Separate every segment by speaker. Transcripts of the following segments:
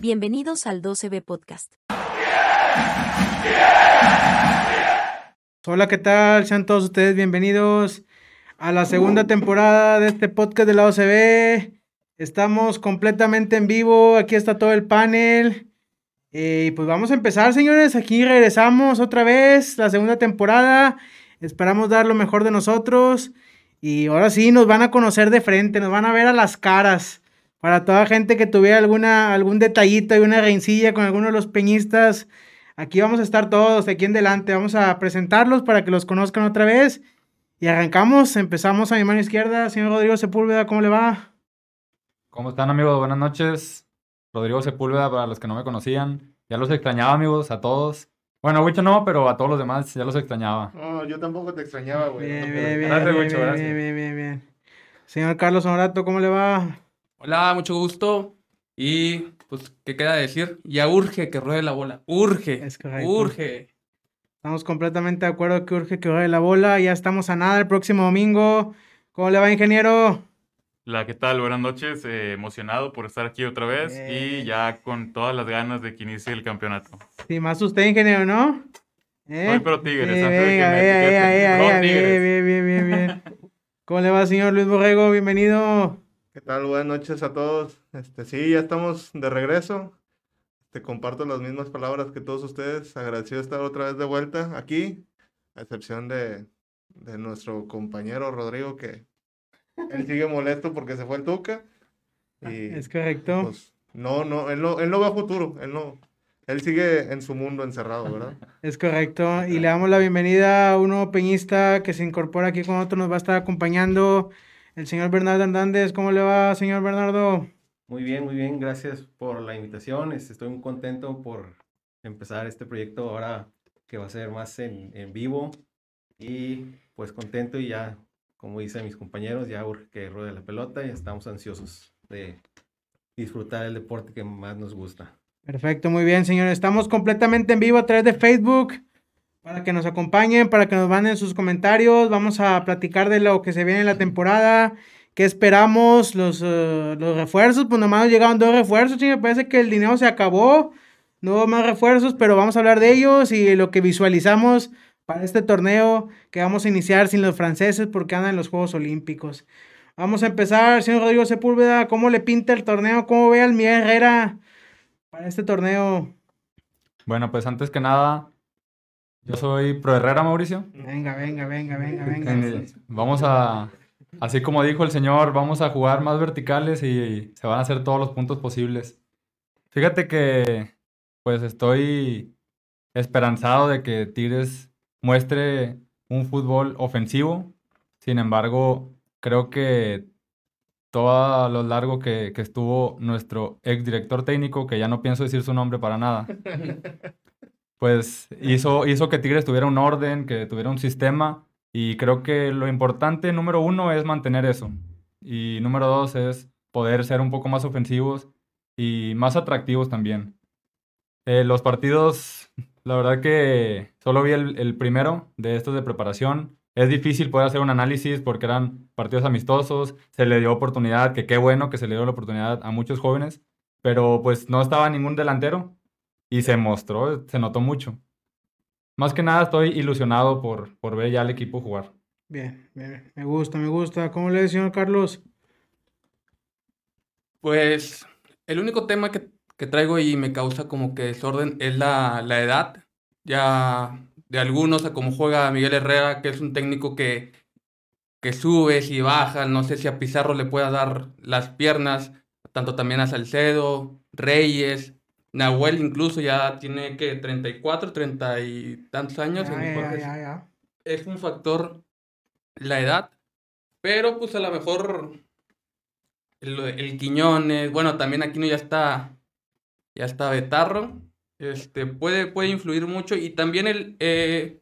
Speaker 1: Bienvenidos al 12B Podcast.
Speaker 2: Hola, ¿qué tal? Sean todos ustedes bienvenidos a la segunda temporada de este podcast de la OCB. Estamos completamente en vivo, aquí está todo el panel. Eh, pues vamos a empezar, señores. Aquí regresamos otra vez, la segunda temporada. Esperamos dar lo mejor de nosotros. Y ahora sí, nos van a conocer de frente, nos van a ver a las caras. Para toda gente que tuviera alguna, algún detallito y una reincilla con alguno de los peñistas, aquí vamos a estar todos, de aquí en delante. Vamos a presentarlos para que los conozcan otra vez. Y arrancamos, empezamos a mi mano izquierda, señor Rodrigo Sepúlveda, ¿cómo le va?
Speaker 3: ¿Cómo están, amigos? Buenas noches. Rodrigo Sepúlveda, para los que no me conocían. Ya los extrañaba, amigos, a todos. Bueno, a Wicho no, pero a todos los demás ya los extrañaba.
Speaker 4: No, yo tampoco te extrañaba, güey.
Speaker 2: Bien,
Speaker 4: No te
Speaker 5: pues,
Speaker 2: bien, bien, bien,
Speaker 3: Gracias,
Speaker 4: preocupes.
Speaker 3: Wicho,
Speaker 2: bien,
Speaker 3: gracias.
Speaker 2: bien, bien, bien, bien. Señor Carlos Honorato, ¿cómo le va?
Speaker 6: Hola, mucho gusto. Y pues, ¿qué queda decir? Ya urge que ruede la bola. Urge.
Speaker 2: Es correcto.
Speaker 6: Urge.
Speaker 2: Estamos completamente de acuerdo que urge que juegue la bola. Ya estamos a nada el próximo domingo. ¿Cómo le va, ingeniero?
Speaker 5: La ¿qué tal? Buenas noches, eh, emocionado por estar aquí otra vez
Speaker 2: Bien.
Speaker 5: y ya con todas las ganas de que inicie el campeonato.
Speaker 2: Sí, más usted, ingeniero, ¿no? ¿Eh?
Speaker 5: Soy pro Tigres,
Speaker 2: Sí,
Speaker 5: antes de que
Speaker 2: venga,
Speaker 5: me
Speaker 2: venga,
Speaker 5: etiqueten.
Speaker 2: venga,
Speaker 5: Pro
Speaker 2: venga,
Speaker 5: Tigres.
Speaker 2: bien, bien, bien, bien, bien. ¿Cómo le va, señor Luis Borrego? Bienvenido.
Speaker 4: ¿Qué tal? Buenas noches a todos. Este, sí, ya estamos de regreso. Te comparto las mismas palabras que todos ustedes. Agradecido de estar otra vez de vuelta aquí, a excepción de, de nuestro compañero Rodrigo, que él sigue molesto porque se fue el Tuca. Y
Speaker 2: Ah, Es correcto.
Speaker 4: pues, no, no, él no, él no ve a futuro, él no. Él sigue en su mundo encerrado, ¿verdad?
Speaker 2: Es correcto. Y le damos la bienvenida a uno peñista que se incorpora aquí con otro. Nos va a estar acompañando el señor Bernardo Hernández. ¿Cómo le va, señor Bernardo?
Speaker 7: Muy bien, muy bien, gracias por la invitación. este, Estoy muy contento por empezar este proyecto ahora que va a ser más en, en vivo y pues contento y ya, como dicen mis compañeros, ya urge que ruede la pelota y estamos ansiosos de disfrutar el deporte que más nos gusta.
Speaker 2: Perfecto, muy bien, señores. Estamos completamente en vivo a través de Facebook. Para que nos acompañen, para que nos manden sus comentarios. Vamos a platicar de lo que se viene en la temporada. ¿Qué esperamos? Los, eh, los refuerzos. Pues nomás nos llegaron dos refuerzos. Sí, me parece que el dinero se acabó. No hubo más refuerzos, pero vamos a hablar de ellos y lo que visualizamos para este torneo que vamos a iniciar sin los franceses porque andan en los Juegos Olímpicos. Vamos a empezar, señor Rodrigo Sepúlveda. ¿Cómo le pinta el torneo? ¿Cómo ve al Miguel Herrera? Para este torneo,
Speaker 3: Bueno, pues antes que nada, yo soy pro Herrera, Mauricio.
Speaker 2: venga, venga, venga, venga, venga.
Speaker 3: Eh, Vamos a, así como dijo el señor, vamos a jugar más verticales y se van a hacer todos los puntos posibles. Fíjate que, pues estoy esperanzado de que Tigres muestre un fútbol ofensivo. Sin embargo, creo que todo a lo largo que, que estuvo nuestro exdirector técnico, que ya no pienso decir su nombre para nada, pues hizo, hizo que Tigres tuviera un orden, que tuviera un sistema. Y creo que lo importante, número uno, es mantener eso. Y número dos es poder ser un poco más ofensivos y más atractivos también. Eh, los partidos, la verdad que solo vi el, el primero de estos de preparación. Es difícil poder hacer un análisis porque eran partidos amistosos, se le dio oportunidad, que qué bueno que se le dio la oportunidad a muchos jóvenes, pero pues no estaba ningún delantero y se mostró, se notó mucho. Más que nada estoy ilusionado por, por ver ya al equipo jugar.
Speaker 2: Bien, bien, me gusta, me gusta. ¿Cómo le ve, señor Carlos?
Speaker 6: Pues, el único tema que, que traigo y me causa como que desorden es la, la edad. Ya de algunos, a cómo juega Miguel Herrera, que es un técnico que, que sube y baja. No sé si a Pizarro le pueda dar las piernas, tanto también a Salcedo, Reyes. Nahuel incluso ya tiene que 34, 30 y tantos
Speaker 2: Ya,
Speaker 6: años.
Speaker 2: ya,
Speaker 6: Entonces,
Speaker 2: ya, ya.
Speaker 6: es un factor la edad, pero pues a lo mejor el, el Quiñones, bueno, también Aquino ya está, ya está Betarro, este, puede, puede influir mucho y también el eh,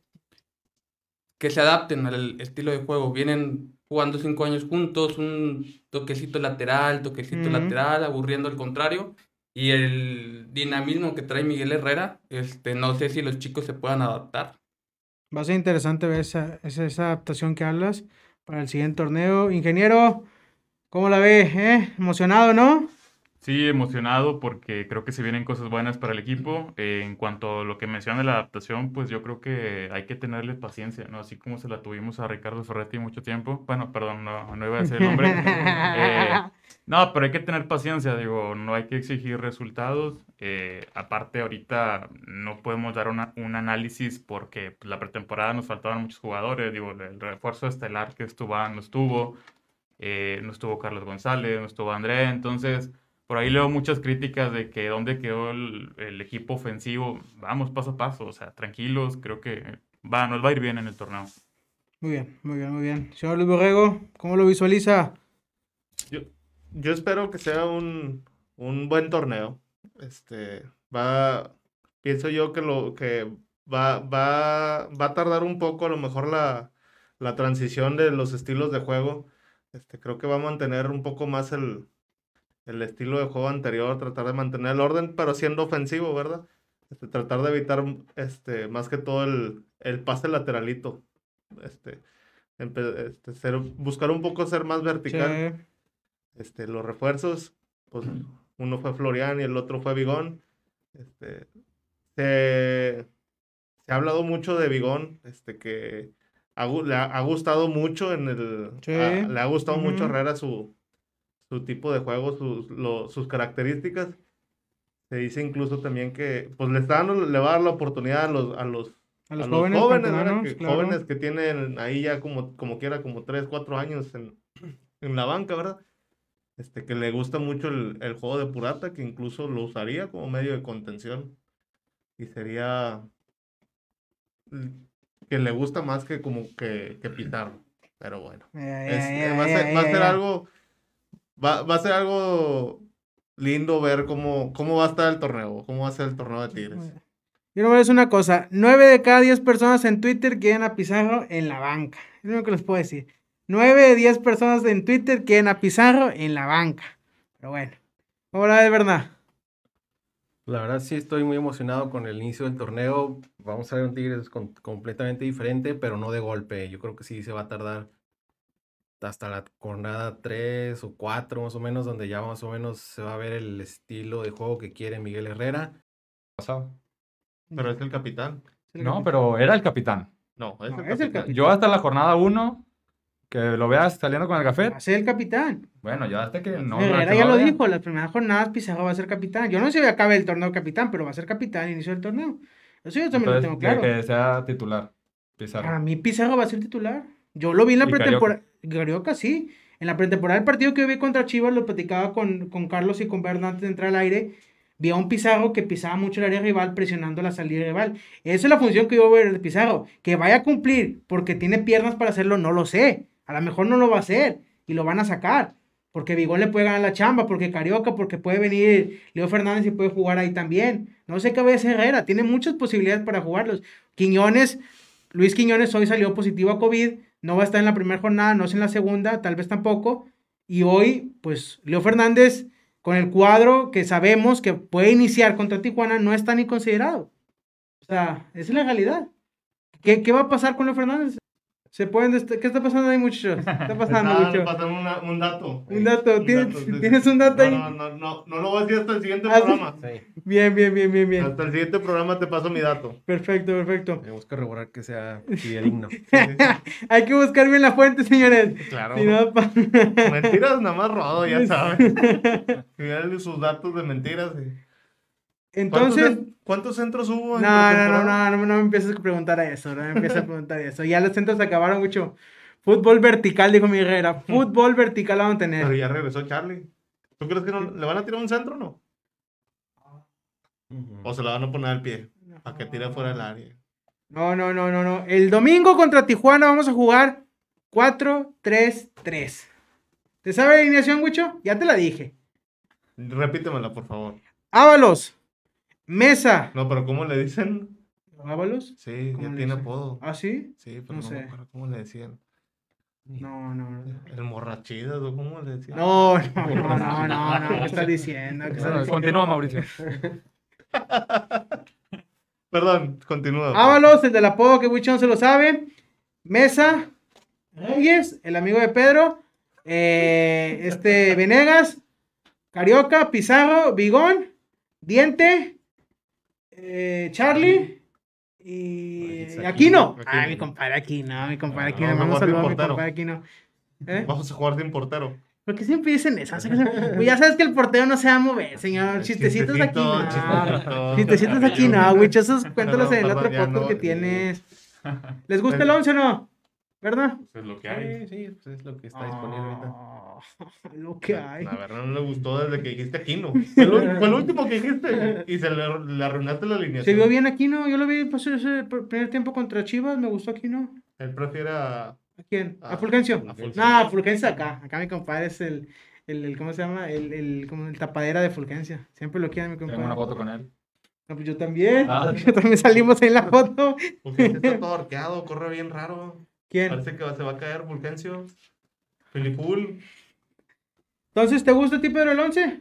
Speaker 6: que se adapten al estilo de juego, vienen jugando cinco años juntos, un toquecito lateral, toquecito
Speaker 2: Ujú.
Speaker 6: lateral, aburriendo al contrario. Y el dinamismo que trae Miguel Herrera, este, no sé si los chicos se puedan adaptar.
Speaker 2: Va a ser interesante ver esa, esa, esa adaptación que hablas para el siguiente torneo. Ingeniero, ¿cómo la ve? eh? Emocionado, ¿no?
Speaker 5: Sí, emocionado porque creo que se vienen cosas buenas para el equipo. Eh, en cuanto a lo que menciona de la adaptación, pues yo creo que hay que tenerle paciencia, ¿no? Así como se la tuvimos a Ricardo Ferretti mucho tiempo. Bueno, perdón, no, no iba a decir el nombre. Eh, no, pero hay que tener paciencia, digo, no hay que exigir resultados. Eh, aparte, ahorita no podemos dar una- un análisis porque pues, la pretemporada nos faltaban muchos jugadores, digo, el refuerzo estelar que estuvo, no estuvo, eh, no estuvo Carlos González, no estuvo André, entonces por ahí leo muchas críticas de que dónde quedó el, el equipo ofensivo. Vamos paso a paso, o sea, tranquilos, creo que va, nos va a ir bien en el torneo.
Speaker 2: Muy bien, muy bien, muy bien. Señor Luis Borrego, ¿cómo lo visualiza?
Speaker 4: Yo espero que sea un, un buen torneo. Este, va, pienso yo que lo que va, va, va a tardar un poco a lo mejor la, la transición de los estilos de juego. Este, creo que va a mantener un poco más el, el estilo de juego anterior, tratar de mantener el orden, pero siendo ofensivo, ¿verdad? Este, tratar de evitar este, más que todo el, el pase lateralito. Este, empe- este, ser- buscar un poco ser más vertical
Speaker 2: Sí.
Speaker 4: este, los refuerzos, pues uno fue Florian y el otro fue Vigón. Este, se, se ha hablado mucho de Vigón, este, que ha gu- le ha, ha gustado mucho en el,
Speaker 2: Sí.
Speaker 4: a- le ha gustado mucho
Speaker 2: Ujú.
Speaker 4: a Herrera su, su tipo de juego, sus, lo- sus características. Se dice incluso también que pues le, está dando- le va a dar la oportunidad a los, a los
Speaker 2: A los
Speaker 4: a
Speaker 2: jóvenes,
Speaker 4: ¿verdad?
Speaker 2: canteranos,
Speaker 4: que,
Speaker 2: claro.
Speaker 4: jóvenes que tienen ahí ya como, como quiera, como 3, 4 años en, en la banca, ¿verdad? Este, que le gusta mucho el, el juego de Purata, que incluso lo usaría como medio de contención. Y sería que le gusta más que como que, que Pizarro. Pero bueno.
Speaker 2: Ya, ya,
Speaker 4: Es- eh,
Speaker 2: ya,
Speaker 4: va a
Speaker 2: ya,
Speaker 4: ser, va a
Speaker 2: ya,
Speaker 4: ser
Speaker 2: ya.
Speaker 4: algo. Va, va a ser algo lindo ver cómo, cómo va a estar el torneo, cómo va a ser el torneo de Tigres.
Speaker 2: Yo no voy a decir una cosa, 9 de cada 10 personas en Twitter quieren a Pizarro en la banca. Es lo único que les puedo decir. 9 de 10 personas en Twitter quieren a Pizarro en la banca. Pero bueno. Ahora es verdad.
Speaker 7: La verdad sí estoy muy emocionado con el inicio del torneo. Vamos a ver un Tigres con- completamente diferente, pero no de golpe. Yo creo que sí se va a tardar hasta la jornada 3 o 4 más o menos, donde ya más o menos se va a ver el estilo de juego que quiere Miguel Herrera.
Speaker 3: pasado.
Speaker 4: Pero es el capitán.
Speaker 3: No, pero era el capitán.
Speaker 4: No, es
Speaker 2: No,
Speaker 4: el
Speaker 2: es el
Speaker 4: capitán.
Speaker 3: Yo hasta la jornada 1, que lo veas saliendo con el café,
Speaker 2: Va a ser el capitán.
Speaker 3: bueno, ya hasta que no...
Speaker 2: Herrera
Speaker 3: que
Speaker 2: ya
Speaker 3: no
Speaker 2: lo
Speaker 3: vea.
Speaker 2: dijo, las primeras jornadas Pizarro va a ser capitán. Yo no sé si acabe el torneo capitán, pero va a ser capitán al inicio del torneo. Eso yo también
Speaker 3: Entonces,
Speaker 2: lo tengo
Speaker 3: de
Speaker 2: claro. Ah,
Speaker 3: que sea titular. Pizarro.
Speaker 2: Para mí Pizarro va a ser titular. Yo lo vi en la
Speaker 3: Y
Speaker 2: pretemporada. Carioca sí. En la pretemporada del partido que yo vi contra Chivas, lo platicaba con, con Carlos y con Bernal antes de entrar al aire. Vi a un Pizarro que pisaba mucho el área rival, presionando la salida rival. Esa es la función que yo veo de Pizarro. Que vaya a cumplir, porque tiene piernas para hacerlo, no lo sé. A lo mejor no lo va a hacer y lo van a sacar. Porque Vigón le puede ganar la chamba, porque Carioca, porque puede venir Leo Fernández y puede jugar ahí también. No sé qué va a hacer Herrera, tiene muchas posibilidades para jugarlos. Quiñones, Luis Quiñones hoy salió positivo a COVID, no va a estar en la primera jornada, no es en la segunda, tal vez tampoco. Y hoy, pues Leo Fernández, con el cuadro que sabemos que puede iniciar contra Tijuana, no está ni considerado. O sea, esa es la realidad. ¿Qué, qué va a pasar con Leo Fernández? ¿Se pueden dest- ¿Qué está pasando ahí, muchachos? ¿Qué está pasando,
Speaker 4: Estaba
Speaker 2: muchachos?
Speaker 4: pasando una- un dato.
Speaker 2: Un dato, ¿tienes- tienes un dato
Speaker 4: No,
Speaker 2: ahí?
Speaker 4: No, no, no, no lo voy a decir hasta el siguiente
Speaker 2: Ah, sí.
Speaker 4: programa.
Speaker 2: Bien, bien, bien, bien, bien.
Speaker 4: Hasta el siguiente programa te paso mi dato.
Speaker 2: Perfecto, perfecto.
Speaker 7: Tenemos que corroborar que sea Miguel digno.
Speaker 2: Hay que buscar bien la fuente, señores.
Speaker 4: Claro.
Speaker 2: Si no, pa-
Speaker 4: Mentiras nada más rodado, ya sabes. Fíjale sus datos de mentiras. y- ¿Cuántos
Speaker 2: Entonces,
Speaker 4: cen- ¿Cuántos centros
Speaker 2: no,
Speaker 4: hubo? en
Speaker 2: no, no,
Speaker 4: pretemporada?
Speaker 2: no, no, no me empieces a preguntar a eso, no me empieces a preguntar eso. Ya los centros acabaron mucho. Fútbol vertical, dijo mi Herrera. Fútbol vertical vamos a
Speaker 4: Pero
Speaker 2: tener.
Speaker 4: ya regresó Charlie. ¿Tú crees que no, le van a tirar un centro o no?
Speaker 7: Ujú.
Speaker 4: ¿O se la van a poner al pie? Para que tire fuera del área.
Speaker 2: No, no, no, no, no. El domingo contra Tijuana vamos a jugar 4-3-3. ¿Te sabe la alineación, Gucho? Ya te la dije.
Speaker 4: Repítemela, por favor.
Speaker 2: Ábalos. Mesa.
Speaker 4: No, pero ¿cómo le dicen?
Speaker 2: ¿Ábalos?
Speaker 4: Sí,
Speaker 2: ¿Cómo
Speaker 4: ya
Speaker 2: le
Speaker 4: tiene
Speaker 2: dicen?
Speaker 4: apodo.
Speaker 2: ¿Ah, sí?
Speaker 4: Sí,
Speaker 2: no
Speaker 4: pero no,
Speaker 2: sé.
Speaker 4: me acuerdo cómo le decían.
Speaker 2: No, no, no.
Speaker 4: El morrachidas, ¿o cómo le decían?
Speaker 2: No, no, no, no, no, no, ¿qué estás diciendo? ¿Qué estás
Speaker 3: Bueno,
Speaker 2: diciendo?
Speaker 3: continúa, Mauricio.
Speaker 4: Perdón,
Speaker 2: Ah,
Speaker 4: continúa.
Speaker 2: Ábalos, el del apodo que Wichon se lo sabe. Mesa, Reyes, el amigo de Pedro, eh, este Venegas, Carioca, Pizarro, Bigón, Diente, eh, Charlie y
Speaker 7: Ay,
Speaker 2: Aquino.
Speaker 4: Aquino.
Speaker 2: Ah, mi compadre Aquino, mi compadre Aquino.
Speaker 4: No, no,
Speaker 2: Vamos a
Speaker 4: no,
Speaker 2: saludar a mi
Speaker 4: portero.
Speaker 2: compadre Aquino. ¿Eh?
Speaker 4: Vamos a jugar sin portero.
Speaker 2: ¿Por qué siempre dicen eso? O sea, que se- Pues ya sabes que el portero no se va a mover, señor. Ah, Chistecitos aquí no.
Speaker 4: chistecito.
Speaker 2: Chistecitos aquí no, güey. Esos cuéntalos en el
Speaker 4: Perdón,
Speaker 2: otro
Speaker 4: perdón, ya
Speaker 2: podcast
Speaker 4: no, eh.
Speaker 2: que
Speaker 4: sí.
Speaker 2: tienes. ¿Les gusta el once o no? ¿Verdad?
Speaker 5: Pues es lo que hay.
Speaker 7: Sí, sí, pues es lo que está disponible ahorita.
Speaker 2: Ah, Lo que hay.
Speaker 4: La verdad no le gustó desde que dijiste Aquino. Fue el, ul- fue el último que dijiste y se le, le arruinaste la alineación.
Speaker 2: Se vio bien aquí, ¿no? Yo lo vi pues, ese pr- primer tiempo contra Chivas, me gustó aquí, ¿no?
Speaker 4: Él prefiere a...
Speaker 2: ¿A quién? ¿A
Speaker 4: Ah,
Speaker 2: Fulgencio?
Speaker 4: a Fulgencio.
Speaker 2: No, Fulgencio acá. Acá mi compadre es el, el, el- ¿cómo se llama? El, el, como el tapadera de Fulgencio. Siempre lo quieren mi
Speaker 3: Tengo una
Speaker 2: compadre.
Speaker 3: foto con él.
Speaker 2: No, pues yo también.
Speaker 3: Ah.
Speaker 2: Yo también salimos en la foto.
Speaker 4: Porque está todo arqueado, corre bien raro.
Speaker 2: ¿Quién?
Speaker 4: Parece que va- se va a caer Fulgencio. Filipul.
Speaker 2: Entonces, ¿te gusta a ti, Pedro, el once? Vamos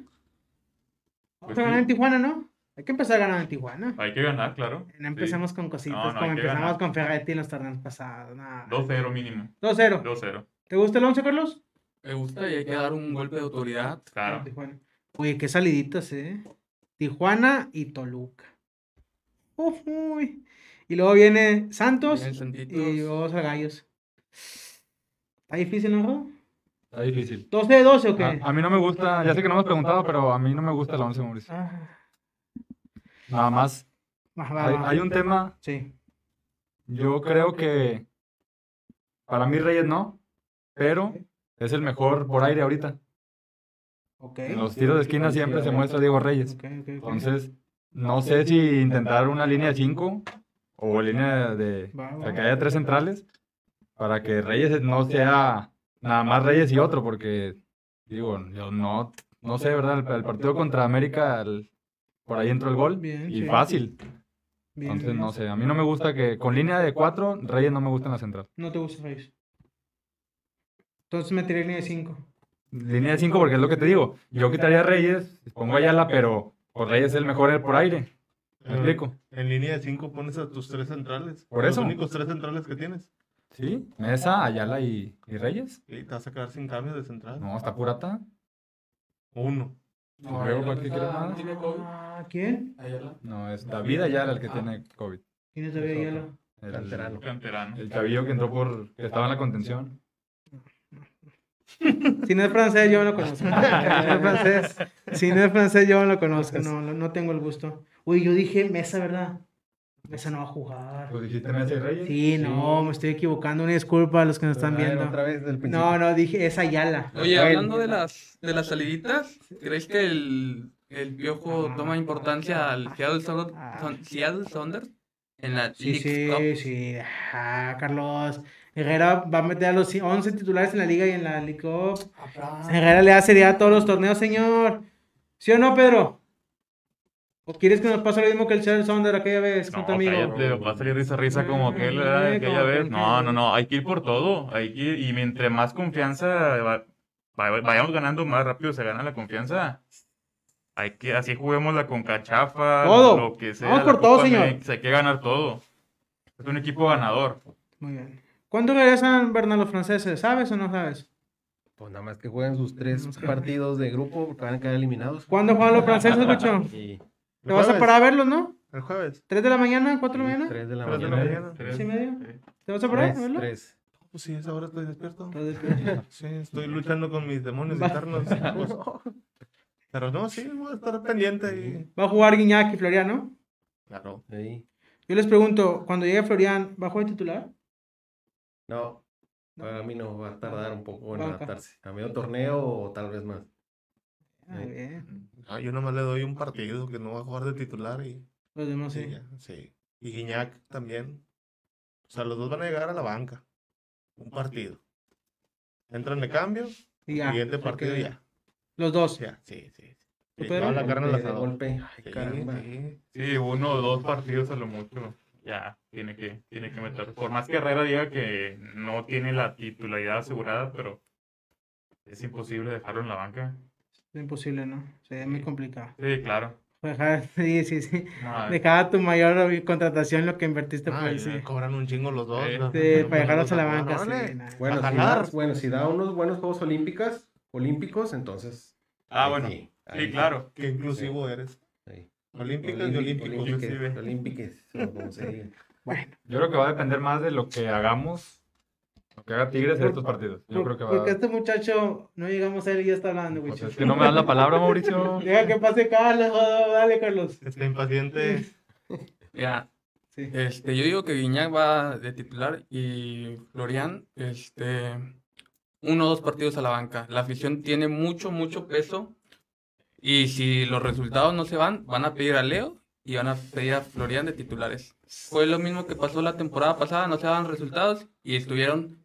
Speaker 5: Pues
Speaker 2: a ganar
Speaker 5: sí.
Speaker 2: en Tijuana, ¿no? Hay que empezar a ganar en Tijuana.
Speaker 5: Hay que ganar, claro.
Speaker 2: No empecemos con cositas
Speaker 5: No, no, hay
Speaker 2: como
Speaker 5: que
Speaker 2: empezamos
Speaker 5: ganar.
Speaker 2: con Ferretti en los torneos pasados. No.
Speaker 5: Sí. 2-0 mínimo.
Speaker 2: 2-0.
Speaker 5: 2-0.
Speaker 2: ¿Te gusta el once, Carlos?
Speaker 6: Me gusta y hay que dar un golpe de autoridad.
Speaker 2: Ah,
Speaker 5: Claro.
Speaker 2: Tijuana. Oye, qué saliditas, ¿eh? Tijuana y Toluca. Uy. Y luego viene Santos
Speaker 6: Bien, Santitos.
Speaker 2: y vamos a Gallos. Está difícil, ¿no?
Speaker 3: Está difícil.
Speaker 2: 12 de 12 o qué?
Speaker 3: A, a mí no me gusta, ya sé que no me has preguntado, pero a mí no me gusta el 11, Mauricio.
Speaker 2: Ah,
Speaker 3: Nada más.
Speaker 2: va, va,
Speaker 3: Hay,
Speaker 2: va.
Speaker 3: hay un tema,
Speaker 2: Sí.
Speaker 3: yo creo que para mí Reyes no, pero es el mejor por aire ahorita.
Speaker 2: Ok.
Speaker 3: En los tiros de esquina siempre se muestra Diego Reyes.
Speaker 2: Ok, ok, ok.
Speaker 3: Entonces, no sé si intentar una línea de 5 o línea de...
Speaker 2: Va,
Speaker 3: O
Speaker 2: va.
Speaker 3: sea, que haya tres centrales para que Reyes no sea nada más Reyes y otro, porque digo, yo no, no sé, ¿verdad? El, el partido contra América, el- por ahí entró el gol
Speaker 2: Bien,
Speaker 3: y
Speaker 2: sí.
Speaker 3: fácil.
Speaker 2: Bien,
Speaker 3: Entonces,
Speaker 2: bien.
Speaker 3: no sé, a mí no me gusta que con línea de cuatro, Reyes no me gusta en la central.
Speaker 2: No te gusta Reyes. Entonces metería línea de 5.
Speaker 3: Línea de cinco, porque es lo que te digo, yo quitaría a Reyes, pongo a Ayala, pero pues, Reyes es el mejor en- por aire. ¿Me
Speaker 4: eh,
Speaker 3: explico?
Speaker 4: En línea de 5 pones a tus tres centrales.
Speaker 3: Por eso.
Speaker 4: Los únicos tres centrales que tienes.
Speaker 3: ¿Sí? Mesa, Ayala y, y Reyes.
Speaker 4: Y te vas a quedar sin cambios de central.
Speaker 3: No, está purata.
Speaker 4: Uno.
Speaker 3: No veo para qué quiere
Speaker 6: Ah,
Speaker 3: nada.
Speaker 6: ¿tiene COVID?
Speaker 2: Ah, ¿quién?
Speaker 6: Ayala.
Speaker 3: No, es David Ayala el que tiene COVID.
Speaker 2: ¿Quién es David
Speaker 3: Es otro.
Speaker 2: Ayala?
Speaker 3: El-
Speaker 7: Canterano.
Speaker 5: Canterano.
Speaker 3: El chavillo que entró por. que estaba en la contención.
Speaker 2: Si no es francés, yo no lo conozco. Si no es francés, si no es francés, yo no lo conozco. No, no, no tengo el gusto. Uy, yo dije Mesa, ¿verdad? Mesa no va a jugar.
Speaker 3: Pues dijiste Mesa y Reyes.
Speaker 2: Sí, no, me estoy equivocando. Una disculpa a los que nos están
Speaker 7: A ver,
Speaker 2: viendo.
Speaker 7: Otra vez del principio.
Speaker 2: No, no, dije, es Ayala.
Speaker 6: Oye,
Speaker 2: Rafael.
Speaker 6: hablando de las, de las saliditas, ¿crees que el, el piojo toma importancia al Seattle, Sound- Son- Seattle Sounders en la
Speaker 2: Sí,
Speaker 6: Leagues
Speaker 2: sí,
Speaker 6: Cup?
Speaker 2: sí. Ajá, Carlos. Herrera va a meter a los 11 titulares en la liga y en la League Cup. Herrera le hace ya todos los torneos, señor. ¿Sí o no, Pedro? ¿O quieres que nos pase lo mismo que el Charles Sonder aquella vez con
Speaker 5: No,
Speaker 2: tu amigo?
Speaker 5: cállate, va a salir risa risa como que
Speaker 2: Ay,
Speaker 5: aquella
Speaker 2: como
Speaker 5: vez.
Speaker 2: aquel
Speaker 5: No,
Speaker 2: que-
Speaker 5: no, no, hay que ir por todo. Hay que ir- y mientras más confianza va- va- vayamos ganando, más rápido se gana la confianza. Hay que, así juguemos la concachafa,
Speaker 2: Todo.
Speaker 5: lo que sea.
Speaker 2: Vamos
Speaker 5: la
Speaker 2: por todo,
Speaker 5: Copa
Speaker 2: señor.
Speaker 5: MX, hay que ganar todo. Es un equipo ganador.
Speaker 2: Muy bien. ¿Cuándo regresan, Bernal, los franceses? ¿Sabes o no sabes?
Speaker 7: Pues nada más que jueguen sus tres partidos de grupo porque van a quedar eliminados.
Speaker 2: ¿Cuándo juegan los franceses, Lucho?
Speaker 7: Y
Speaker 2: ¿Te vas a parar a verlos, no?
Speaker 4: El jueves.
Speaker 2: ¿Tres de la mañana? ¿Cuatro de la mañana?
Speaker 7: Tres de la
Speaker 4: Tres de la
Speaker 7: mañana.
Speaker 4: mañana.
Speaker 5: Tres,
Speaker 2: ¿Sí y medio?
Speaker 5: sí.
Speaker 2: ¿Te vas a parar a
Speaker 7: Tres,
Speaker 2: verlo?
Speaker 7: tres.
Speaker 4: Pues sí, es ahora estoy despierto.
Speaker 2: Entonces, pues,
Speaker 4: Sí, estoy luchando con mis demonios
Speaker 2: Va.
Speaker 4: internos. Pues, Pero no, sí, voy a estar pendiente y...
Speaker 2: Va a jugar Guiñac y Florian, ¿no?
Speaker 4: Claro.
Speaker 7: Sí.
Speaker 2: Yo les pregunto, cuando llegue Florian, ¿va a jugar de titular?
Speaker 7: No, para mí no, va a tardar un poco en
Speaker 2: Banca.
Speaker 7: adaptarse. A medio torneo o tal vez más.
Speaker 2: Ah,
Speaker 7: Sí.
Speaker 2: bien.
Speaker 4: Ah, yo nomás le doy un partido que no va a jugar de titular y...
Speaker 2: Los demás
Speaker 4: Sí.
Speaker 2: Pues sí.
Speaker 4: sí. Y Guiñac también. O sea, los dos van a llegar a la banca. Un partido. Entran de cambio,
Speaker 2: Y ya.
Speaker 4: siguiente partido
Speaker 2: ok.
Speaker 4: ya.
Speaker 2: Los dos.
Speaker 4: Ya, sí, sí.
Speaker 2: ¿Tú,
Speaker 4: Sí,
Speaker 2: Pedro?
Speaker 4: toda la carne al
Speaker 7: De- de
Speaker 4: asador.
Speaker 7: golpe. Ay,
Speaker 4: Sí,
Speaker 7: caramba.
Speaker 4: sí.
Speaker 5: Sí, uno o dos partidos a lo mucho. Ya, tiene que, tiene que meter. Por más que Herrera diga que no tiene la titularidad asegurada, pero es imposible dejarlo en la banca.
Speaker 2: Es imposible, ¿no? Sería muy complicado.
Speaker 5: Sí, claro.
Speaker 2: Dejar, sí, sí, sí.
Speaker 5: No,
Speaker 2: Dejar tu mayor contratación lo que invertiste por
Speaker 4: Ah,
Speaker 2: ahí,
Speaker 4: y
Speaker 2: sí.
Speaker 4: me cobran un chingo los dos.
Speaker 5: Sí.
Speaker 4: ¿no?
Speaker 2: Sí,
Speaker 4: No,
Speaker 2: para
Speaker 4: no,
Speaker 2: dejarlos a
Speaker 4: no,
Speaker 2: la
Speaker 4: no,
Speaker 2: banca,
Speaker 4: órale.
Speaker 2: sí. nada.
Speaker 7: Bueno,
Speaker 4: A
Speaker 7: si
Speaker 4: jalar.
Speaker 7: da, bueno, si da unos buenos Juegos Olímpicos, olímpicos, entonces.
Speaker 5: Ah,
Speaker 7: ahí
Speaker 5: bueno.
Speaker 7: sí.
Speaker 5: Sí, claro.
Speaker 4: Qué inclusivo eres.
Speaker 7: Ahí.
Speaker 4: Olímpicas y olímpicos.
Speaker 7: Olímpicos,
Speaker 4: inclusive.
Speaker 7: olímpicos, o como se diga.
Speaker 2: Bueno,
Speaker 3: Yo creo que va a depender más de lo que hagamos, lo que haga Tigres en estos partidos. Yo creo que va
Speaker 2: porque este muchacho, no llegamos a él y ya está hablando, güey.
Speaker 3: Pues es que no me das la palabra, Mauricio.
Speaker 2: Deja que pase Carlos, joder, dale, Carlos.
Speaker 4: Está impaciente.
Speaker 6: Mira,
Speaker 2: Sí.
Speaker 6: este, yo digo que Guiñac va de titular y Florian, este, uno o dos partidos a la banca. La afición tiene mucho, mucho peso y si los resultados no se van, van a pedir a Leo y van a pedir a Florian de titulares. Fue lo mismo que pasó la temporada pasada, no se daban resultados y estuvieron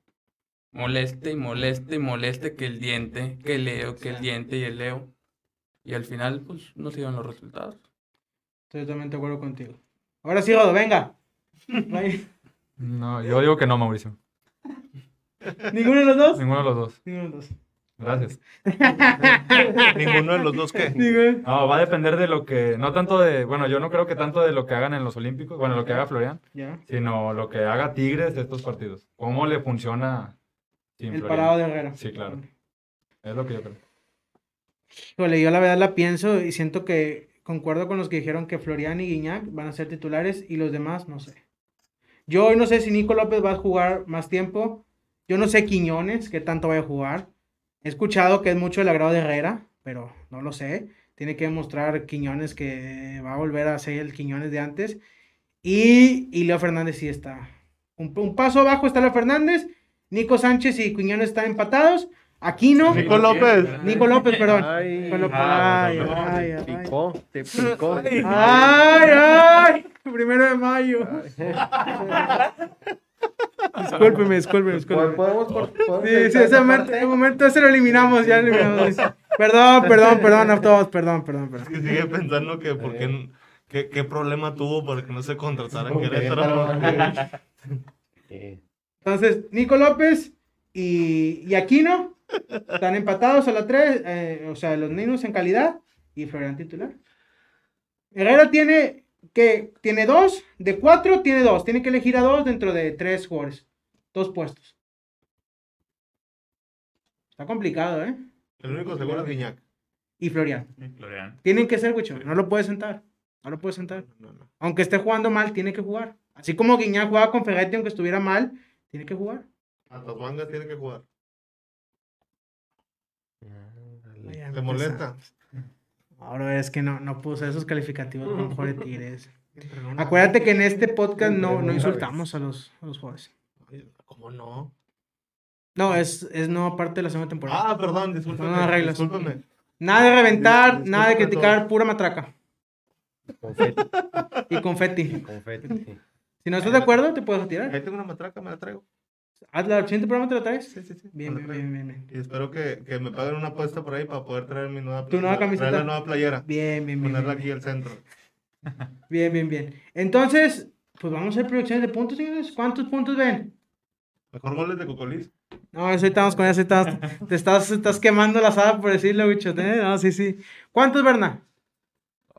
Speaker 6: moleste y moleste y moleste que el diente, que Leo, que el diente y el Leo. Y al final, pues, no se dieron los resultados.
Speaker 2: Estoy totalmente de acuerdo contigo. Ahora sí, Rodo, venga. No hay-
Speaker 3: No, yo digo que no, Mauricio.
Speaker 2: ¿Ninguno de los dos?
Speaker 3: Ninguno de los dos.
Speaker 2: Ninguno de los dos.
Speaker 3: Gracias.
Speaker 4: Ninguno de los dos que.
Speaker 2: Ninguno.
Speaker 3: No, va a depender de lo que, no tanto de, bueno, yo no creo que tanto de lo que hagan en los Olímpicos, bueno, lo que haga Florian,
Speaker 2: Ya.
Speaker 3: sino lo que haga Tigres de estos partidos. ¿Cómo le funciona sin
Speaker 2: El
Speaker 3: Florian?
Speaker 2: parado de Herrera.
Speaker 3: Sí, claro. Es lo que yo creo.
Speaker 2: Híjole, yo la verdad la pienso y siento que concuerdo con los que dijeron que Florian y Guiñac van a ser titulares y los demás no sé. Yo hoy no sé si Nico López va a jugar más tiempo. Yo no sé Quiñones, qué tanto vaya a jugar. He escuchado que es mucho el agrado de Herrera, pero no lo sé. Tiene que demostrar Quiñones que va a volver a ser el Quiñones de antes. Y, y Leo Fernández sí está. Un, un paso abajo está Leo Fernández. Nico Sánchez y Quiñones están empatados. Aquino.
Speaker 4: Nico López.
Speaker 2: Nico López, perdón.
Speaker 7: Ay.
Speaker 2: Nico López.
Speaker 5: Ah,
Speaker 2: ay,
Speaker 5: perdón,
Speaker 2: ay,
Speaker 7: Te
Speaker 2: ay.
Speaker 7: picó, te picó.
Speaker 2: Ay, ay. Primero de mayo. Discúlpeme, discúlpeme,
Speaker 7: Pod-
Speaker 2: discúlpeme.
Speaker 7: Podemos por- podemos
Speaker 2: Sí, sí,
Speaker 7: editar
Speaker 2: ese
Speaker 7: esa
Speaker 2: momento,
Speaker 7: parte.
Speaker 2: ese momento ese lo eliminamos, ya lo eliminamos. Perdón, perdón, perdón a todos, perdón, perdón,
Speaker 4: Es
Speaker 2: perdón.
Speaker 4: que sigue pensando que por qué, qué, qué problema tuvo para que no se contratara en
Speaker 7: Con
Speaker 4: Querétaro.
Speaker 7: Sí.
Speaker 2: Entonces, Nico López y, y Aquino están empatados a la 3, o sea, los mismos en calidad y Florian titular. Herrera tiene que tiene dos, de cuatro tiene dos, tiene que elegir a dos dentro de tres jugadores, dos puestos. Está complicado, ¿eh?
Speaker 4: El único seguro es Guiñac.
Speaker 2: Y Florian.
Speaker 5: Florian.
Speaker 2: Tienen que ser, Wicho. No lo puede sentar. No lo puede sentar.
Speaker 4: No, no.
Speaker 2: Aunque esté jugando mal, tiene que jugar. Así como Guiñán jugaba con Ferretti, aunque estuviera mal, tiene que jugar.
Speaker 4: Atashuanga tiene que jugar.
Speaker 2: Ay, ya
Speaker 4: ¿Le
Speaker 2: empezamos.
Speaker 4: molesta?
Speaker 2: Ahora es que no, no puse esos calificativos con Jorge Tigres. Acuérdate que en este podcast no, no insultamos a los, a los jugadores.
Speaker 4: ¿Cómo no?
Speaker 2: No, es, es no parte de la segunda temporada.
Speaker 4: Ah, perdón, discúlpame.
Speaker 2: No, no, arreglas.
Speaker 4: Discúlpame.
Speaker 2: Nada de reventar,
Speaker 4: dis-
Speaker 2: nada de
Speaker 4: discúlpame
Speaker 2: criticar,
Speaker 4: todo.
Speaker 2: pura matraca.
Speaker 7: Confeti,
Speaker 2: Y confeti.
Speaker 7: confeti.
Speaker 2: Si no estás de acuerdo, te puedes retirar.
Speaker 4: Ahí tengo una matraca, me la traigo.
Speaker 2: Haz la siguiente programa, te la traes.
Speaker 4: Sí, sí, sí.
Speaker 2: Bien,
Speaker 4: me la
Speaker 2: bien,
Speaker 4: traigo.
Speaker 2: bien, bien. bien.
Speaker 4: Y espero que, que me paguen una apuesta por ahí para poder traer mi nueva
Speaker 2: Tu nueva
Speaker 4: traer
Speaker 2: camiseta.
Speaker 4: la nueva playera.
Speaker 2: Bien, bien, bien.
Speaker 4: Ponerla
Speaker 2: bien.
Speaker 4: aquí al centro.
Speaker 2: Bien, bien, bien. Entonces, pues vamos a hacer proyecciones de puntos, señores. ¿Cuántos puntos ven?
Speaker 4: Mejor goles de Cocolis.
Speaker 2: No, eso estamos con eso, estamos, te estás, estás quemando la sala por decirlo, bicho. ¿eh? No, sí, sí. ¿Cuántos, Berna?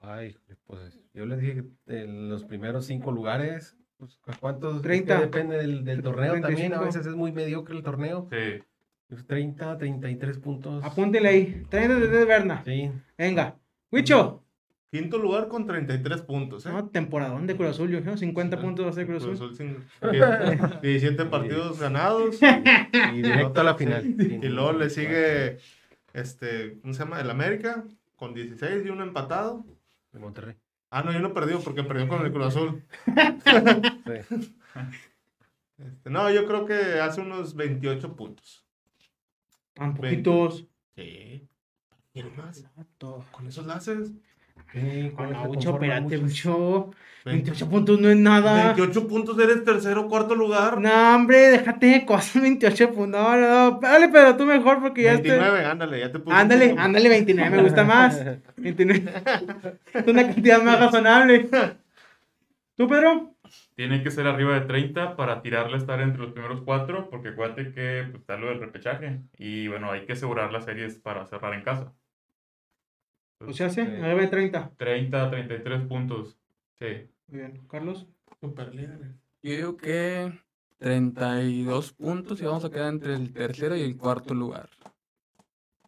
Speaker 7: Ay, pues yo les dije de los primeros cinco lugares. Pues, ¿cu- ¿Cuántos? Es que
Speaker 2: 30.
Speaker 7: Depende del, del torneo también. A
Speaker 2: 35.
Speaker 7: veces es muy mediocre el torneo.
Speaker 5: Sí.
Speaker 7: Pues, 30, 33 puntos.
Speaker 2: Apúntele ahí. 30 de Berna.
Speaker 7: Sí.
Speaker 2: Venga. Huicho.
Speaker 4: Quinto lugar con 33 puntos, ¿eh?
Speaker 2: No, temporadón de Cruz Azul, yo creo. 50 Ah, puntos va a ser Cruz
Speaker 4: Cruz
Speaker 2: Azul.
Speaker 4: Azul sin- 17 partidos ganados.
Speaker 7: Y directo a la final.
Speaker 4: Y luego le sigue, este, ¿cómo se llama? El América, con 16 y uno empatado.
Speaker 7: De Monterrey.
Speaker 4: Ah, no, yo no perdió porque perdió con el Cruz Azul.
Speaker 7: Sí.
Speaker 4: Este, no, yo creo que hace unos 28 puntos.
Speaker 2: Tan poquitos. Ah,
Speaker 4: Sí. más?
Speaker 2: Todo.
Speaker 4: ¿Con esos laces?
Speaker 7: Sí, con
Speaker 2: Con la
Speaker 7: eso
Speaker 2: Huicho,
Speaker 7: conforman
Speaker 2: espérate,
Speaker 7: muchos.
Speaker 2: Huicho.
Speaker 4: 20
Speaker 2: 28 puntos no es nada.
Speaker 4: 28 puntos, eres tercero cuarto lugar.
Speaker 2: No, hombre, déjate de cosas. 28 puntos. No, no, no. Dale, pero tú mejor porque ya estoy.
Speaker 4: 29, ándale, ya te puse. un
Speaker 2: Ándale,
Speaker 4: punto.
Speaker 2: ándale 29, me gusta más. 29. Es una cantidad más razonable. ¿Tú, Pedro?
Speaker 5: Tiene que ser arriba de 30 para tirarle a estar entre los primeros cuatro, porque acuérdate que pues, está lo del repechaje. Y bueno, hay que asegurar las series para cerrar en casa.
Speaker 2: O sea, sí,
Speaker 7: Ok.
Speaker 2: arriba de 30.
Speaker 5: 30, 33 puntos. Sí.
Speaker 2: Muy bien, Carlos.
Speaker 4: Superlíder.
Speaker 6: Yo digo que 32 puntos y vamos a quedar entre el tercero y el cuarto lugar.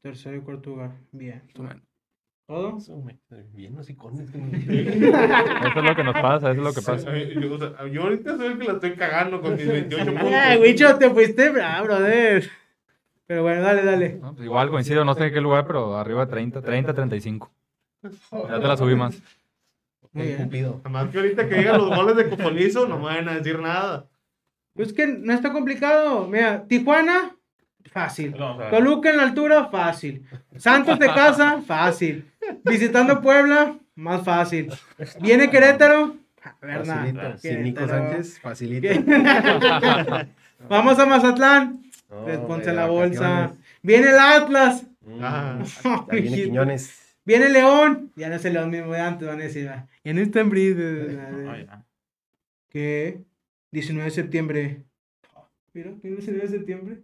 Speaker 2: Tercero y cuarto lugar. Bien.
Speaker 6: más o menos.
Speaker 2: ¿Todo?
Speaker 7: Eso me- Bien, los icones.
Speaker 3: Eso es lo que nos pasa, eso es lo que pasa.
Speaker 4: Ay, Yo, o sea, yo ahorita soy el que la estoy cagando con mis 28 puntos.
Speaker 2: Ay, Wicho, te fuiste, ah, brother. Pero bueno, dale, dale.
Speaker 3: No, pues igual coincido, no sé en qué lugar, pero arriba de 30, 30, 35. Ya te la subí más.
Speaker 2: Muy bien.
Speaker 7: Cupido.
Speaker 4: Además que ahorita que digan los goles de Coponizo no me van a decir nada.
Speaker 2: Pues que no está complicado. Mira, Tijuana, fácil.
Speaker 5: No, o sea,
Speaker 2: Toluca en la altura, fácil. Santos de casa, fácil. Visitando Puebla, más fácil. Viene Querétaro, ah, ¿verdad?
Speaker 7: Facilita. Sin
Speaker 2: Querétaro.
Speaker 7: Nico Sánchez, facilita.
Speaker 2: Vamos a Mazatlán,
Speaker 7: No,
Speaker 2: les ponte
Speaker 7: hombre,
Speaker 2: la bolsa.
Speaker 7: vacaciones.
Speaker 2: Viene el Atlas,
Speaker 7: Mm,
Speaker 4: Ah,
Speaker 7: ya viene
Speaker 2: Mijito.
Speaker 7: Quiñones.
Speaker 2: viene León, ya no es el León mismo de antes, van a decir, ah, ya no está en bris,
Speaker 5: no,
Speaker 2: eh,
Speaker 5: ya.
Speaker 2: ¿Qué? 19 de septiembre. Ah, Mira, tiene 19 de septiembre.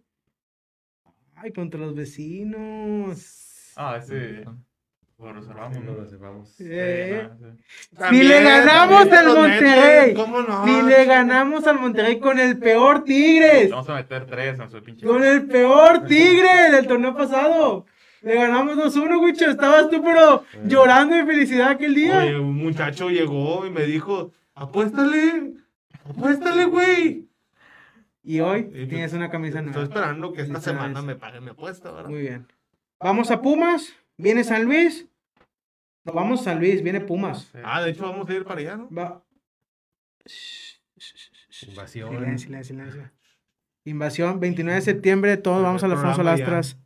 Speaker 2: Ay, contra los vecinos.
Speaker 5: Ah, ese. Lo reservamos,
Speaker 7: Vamos,
Speaker 5: ¿no?
Speaker 7: nos los llevamos.
Speaker 2: Sí.
Speaker 5: Eh, no, sí.
Speaker 2: Ni le ganamos
Speaker 4: también
Speaker 2: al
Speaker 4: los
Speaker 2: Monterrey.
Speaker 4: meten, ¿Cómo no?
Speaker 2: Ni le ganamos al Monterrey con el peor Tigres.
Speaker 5: Vamos a meter tres en su pinche.
Speaker 2: Con el peor Tigre del torneo pasado. Le ganamos 2-1, Wicho. Estabas tú, pero llorando de felicidad aquel día.
Speaker 4: Oye, un muchacho llegó y me dijo, apuéstale, apuéstale, güey.
Speaker 2: Y hoy
Speaker 4: Y pues,
Speaker 2: tienes una camisa
Speaker 4: Estoy
Speaker 2: nueva.
Speaker 4: esperando que esta
Speaker 2: Felicidades.
Speaker 4: semana me paguen mi apuesta, ¿verdad?
Speaker 2: Muy bien. Vamos a Pumas. Viene San Luis. No, vamos a San Luis. Viene Pumas.
Speaker 4: Ah, de hecho vamos a ir para allá, ¿no?
Speaker 2: Va-
Speaker 7: Invasión.
Speaker 2: Silencio, silencio, silencio. Invasión, 29 de septiembre, todos vamos al
Speaker 4: Primer
Speaker 2: Alfonso
Speaker 4: programa ya.
Speaker 2: Lastras.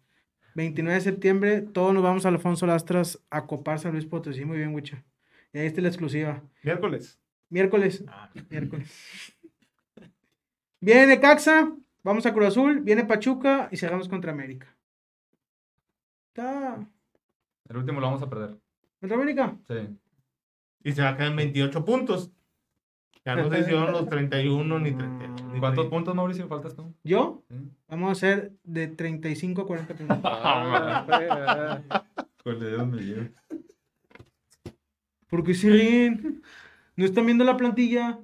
Speaker 2: 29 de septiembre, todos nos vamos al Alfonso Lastras a copar San Luis Potosí. Muy bien, Wicho. Y ahí está la exclusiva.
Speaker 4: Miércoles.
Speaker 2: Miércoles.
Speaker 5: Ah.
Speaker 2: Miércoles. Viene Necaxa, vamos a Cruz Azul, viene Pachuca y cerramos contra América. Está.
Speaker 3: El último lo vamos a perder.
Speaker 2: ¿Contra América?
Speaker 3: Sí.
Speaker 4: Y se va a quedar en 28 puntos. Ya no se hicieron los 31 ni 32. ni
Speaker 3: ¿Cuántos
Speaker 4: 30.
Speaker 3: puntos, Mauricio, faltas tú?
Speaker 2: ¿Yo?
Speaker 3: Sí.
Speaker 2: Vamos a hacer de 35 a 40 puntos.
Speaker 7: Ah, ah,
Speaker 2: ¿Por qué se ríen? ¿No están viendo la plantilla?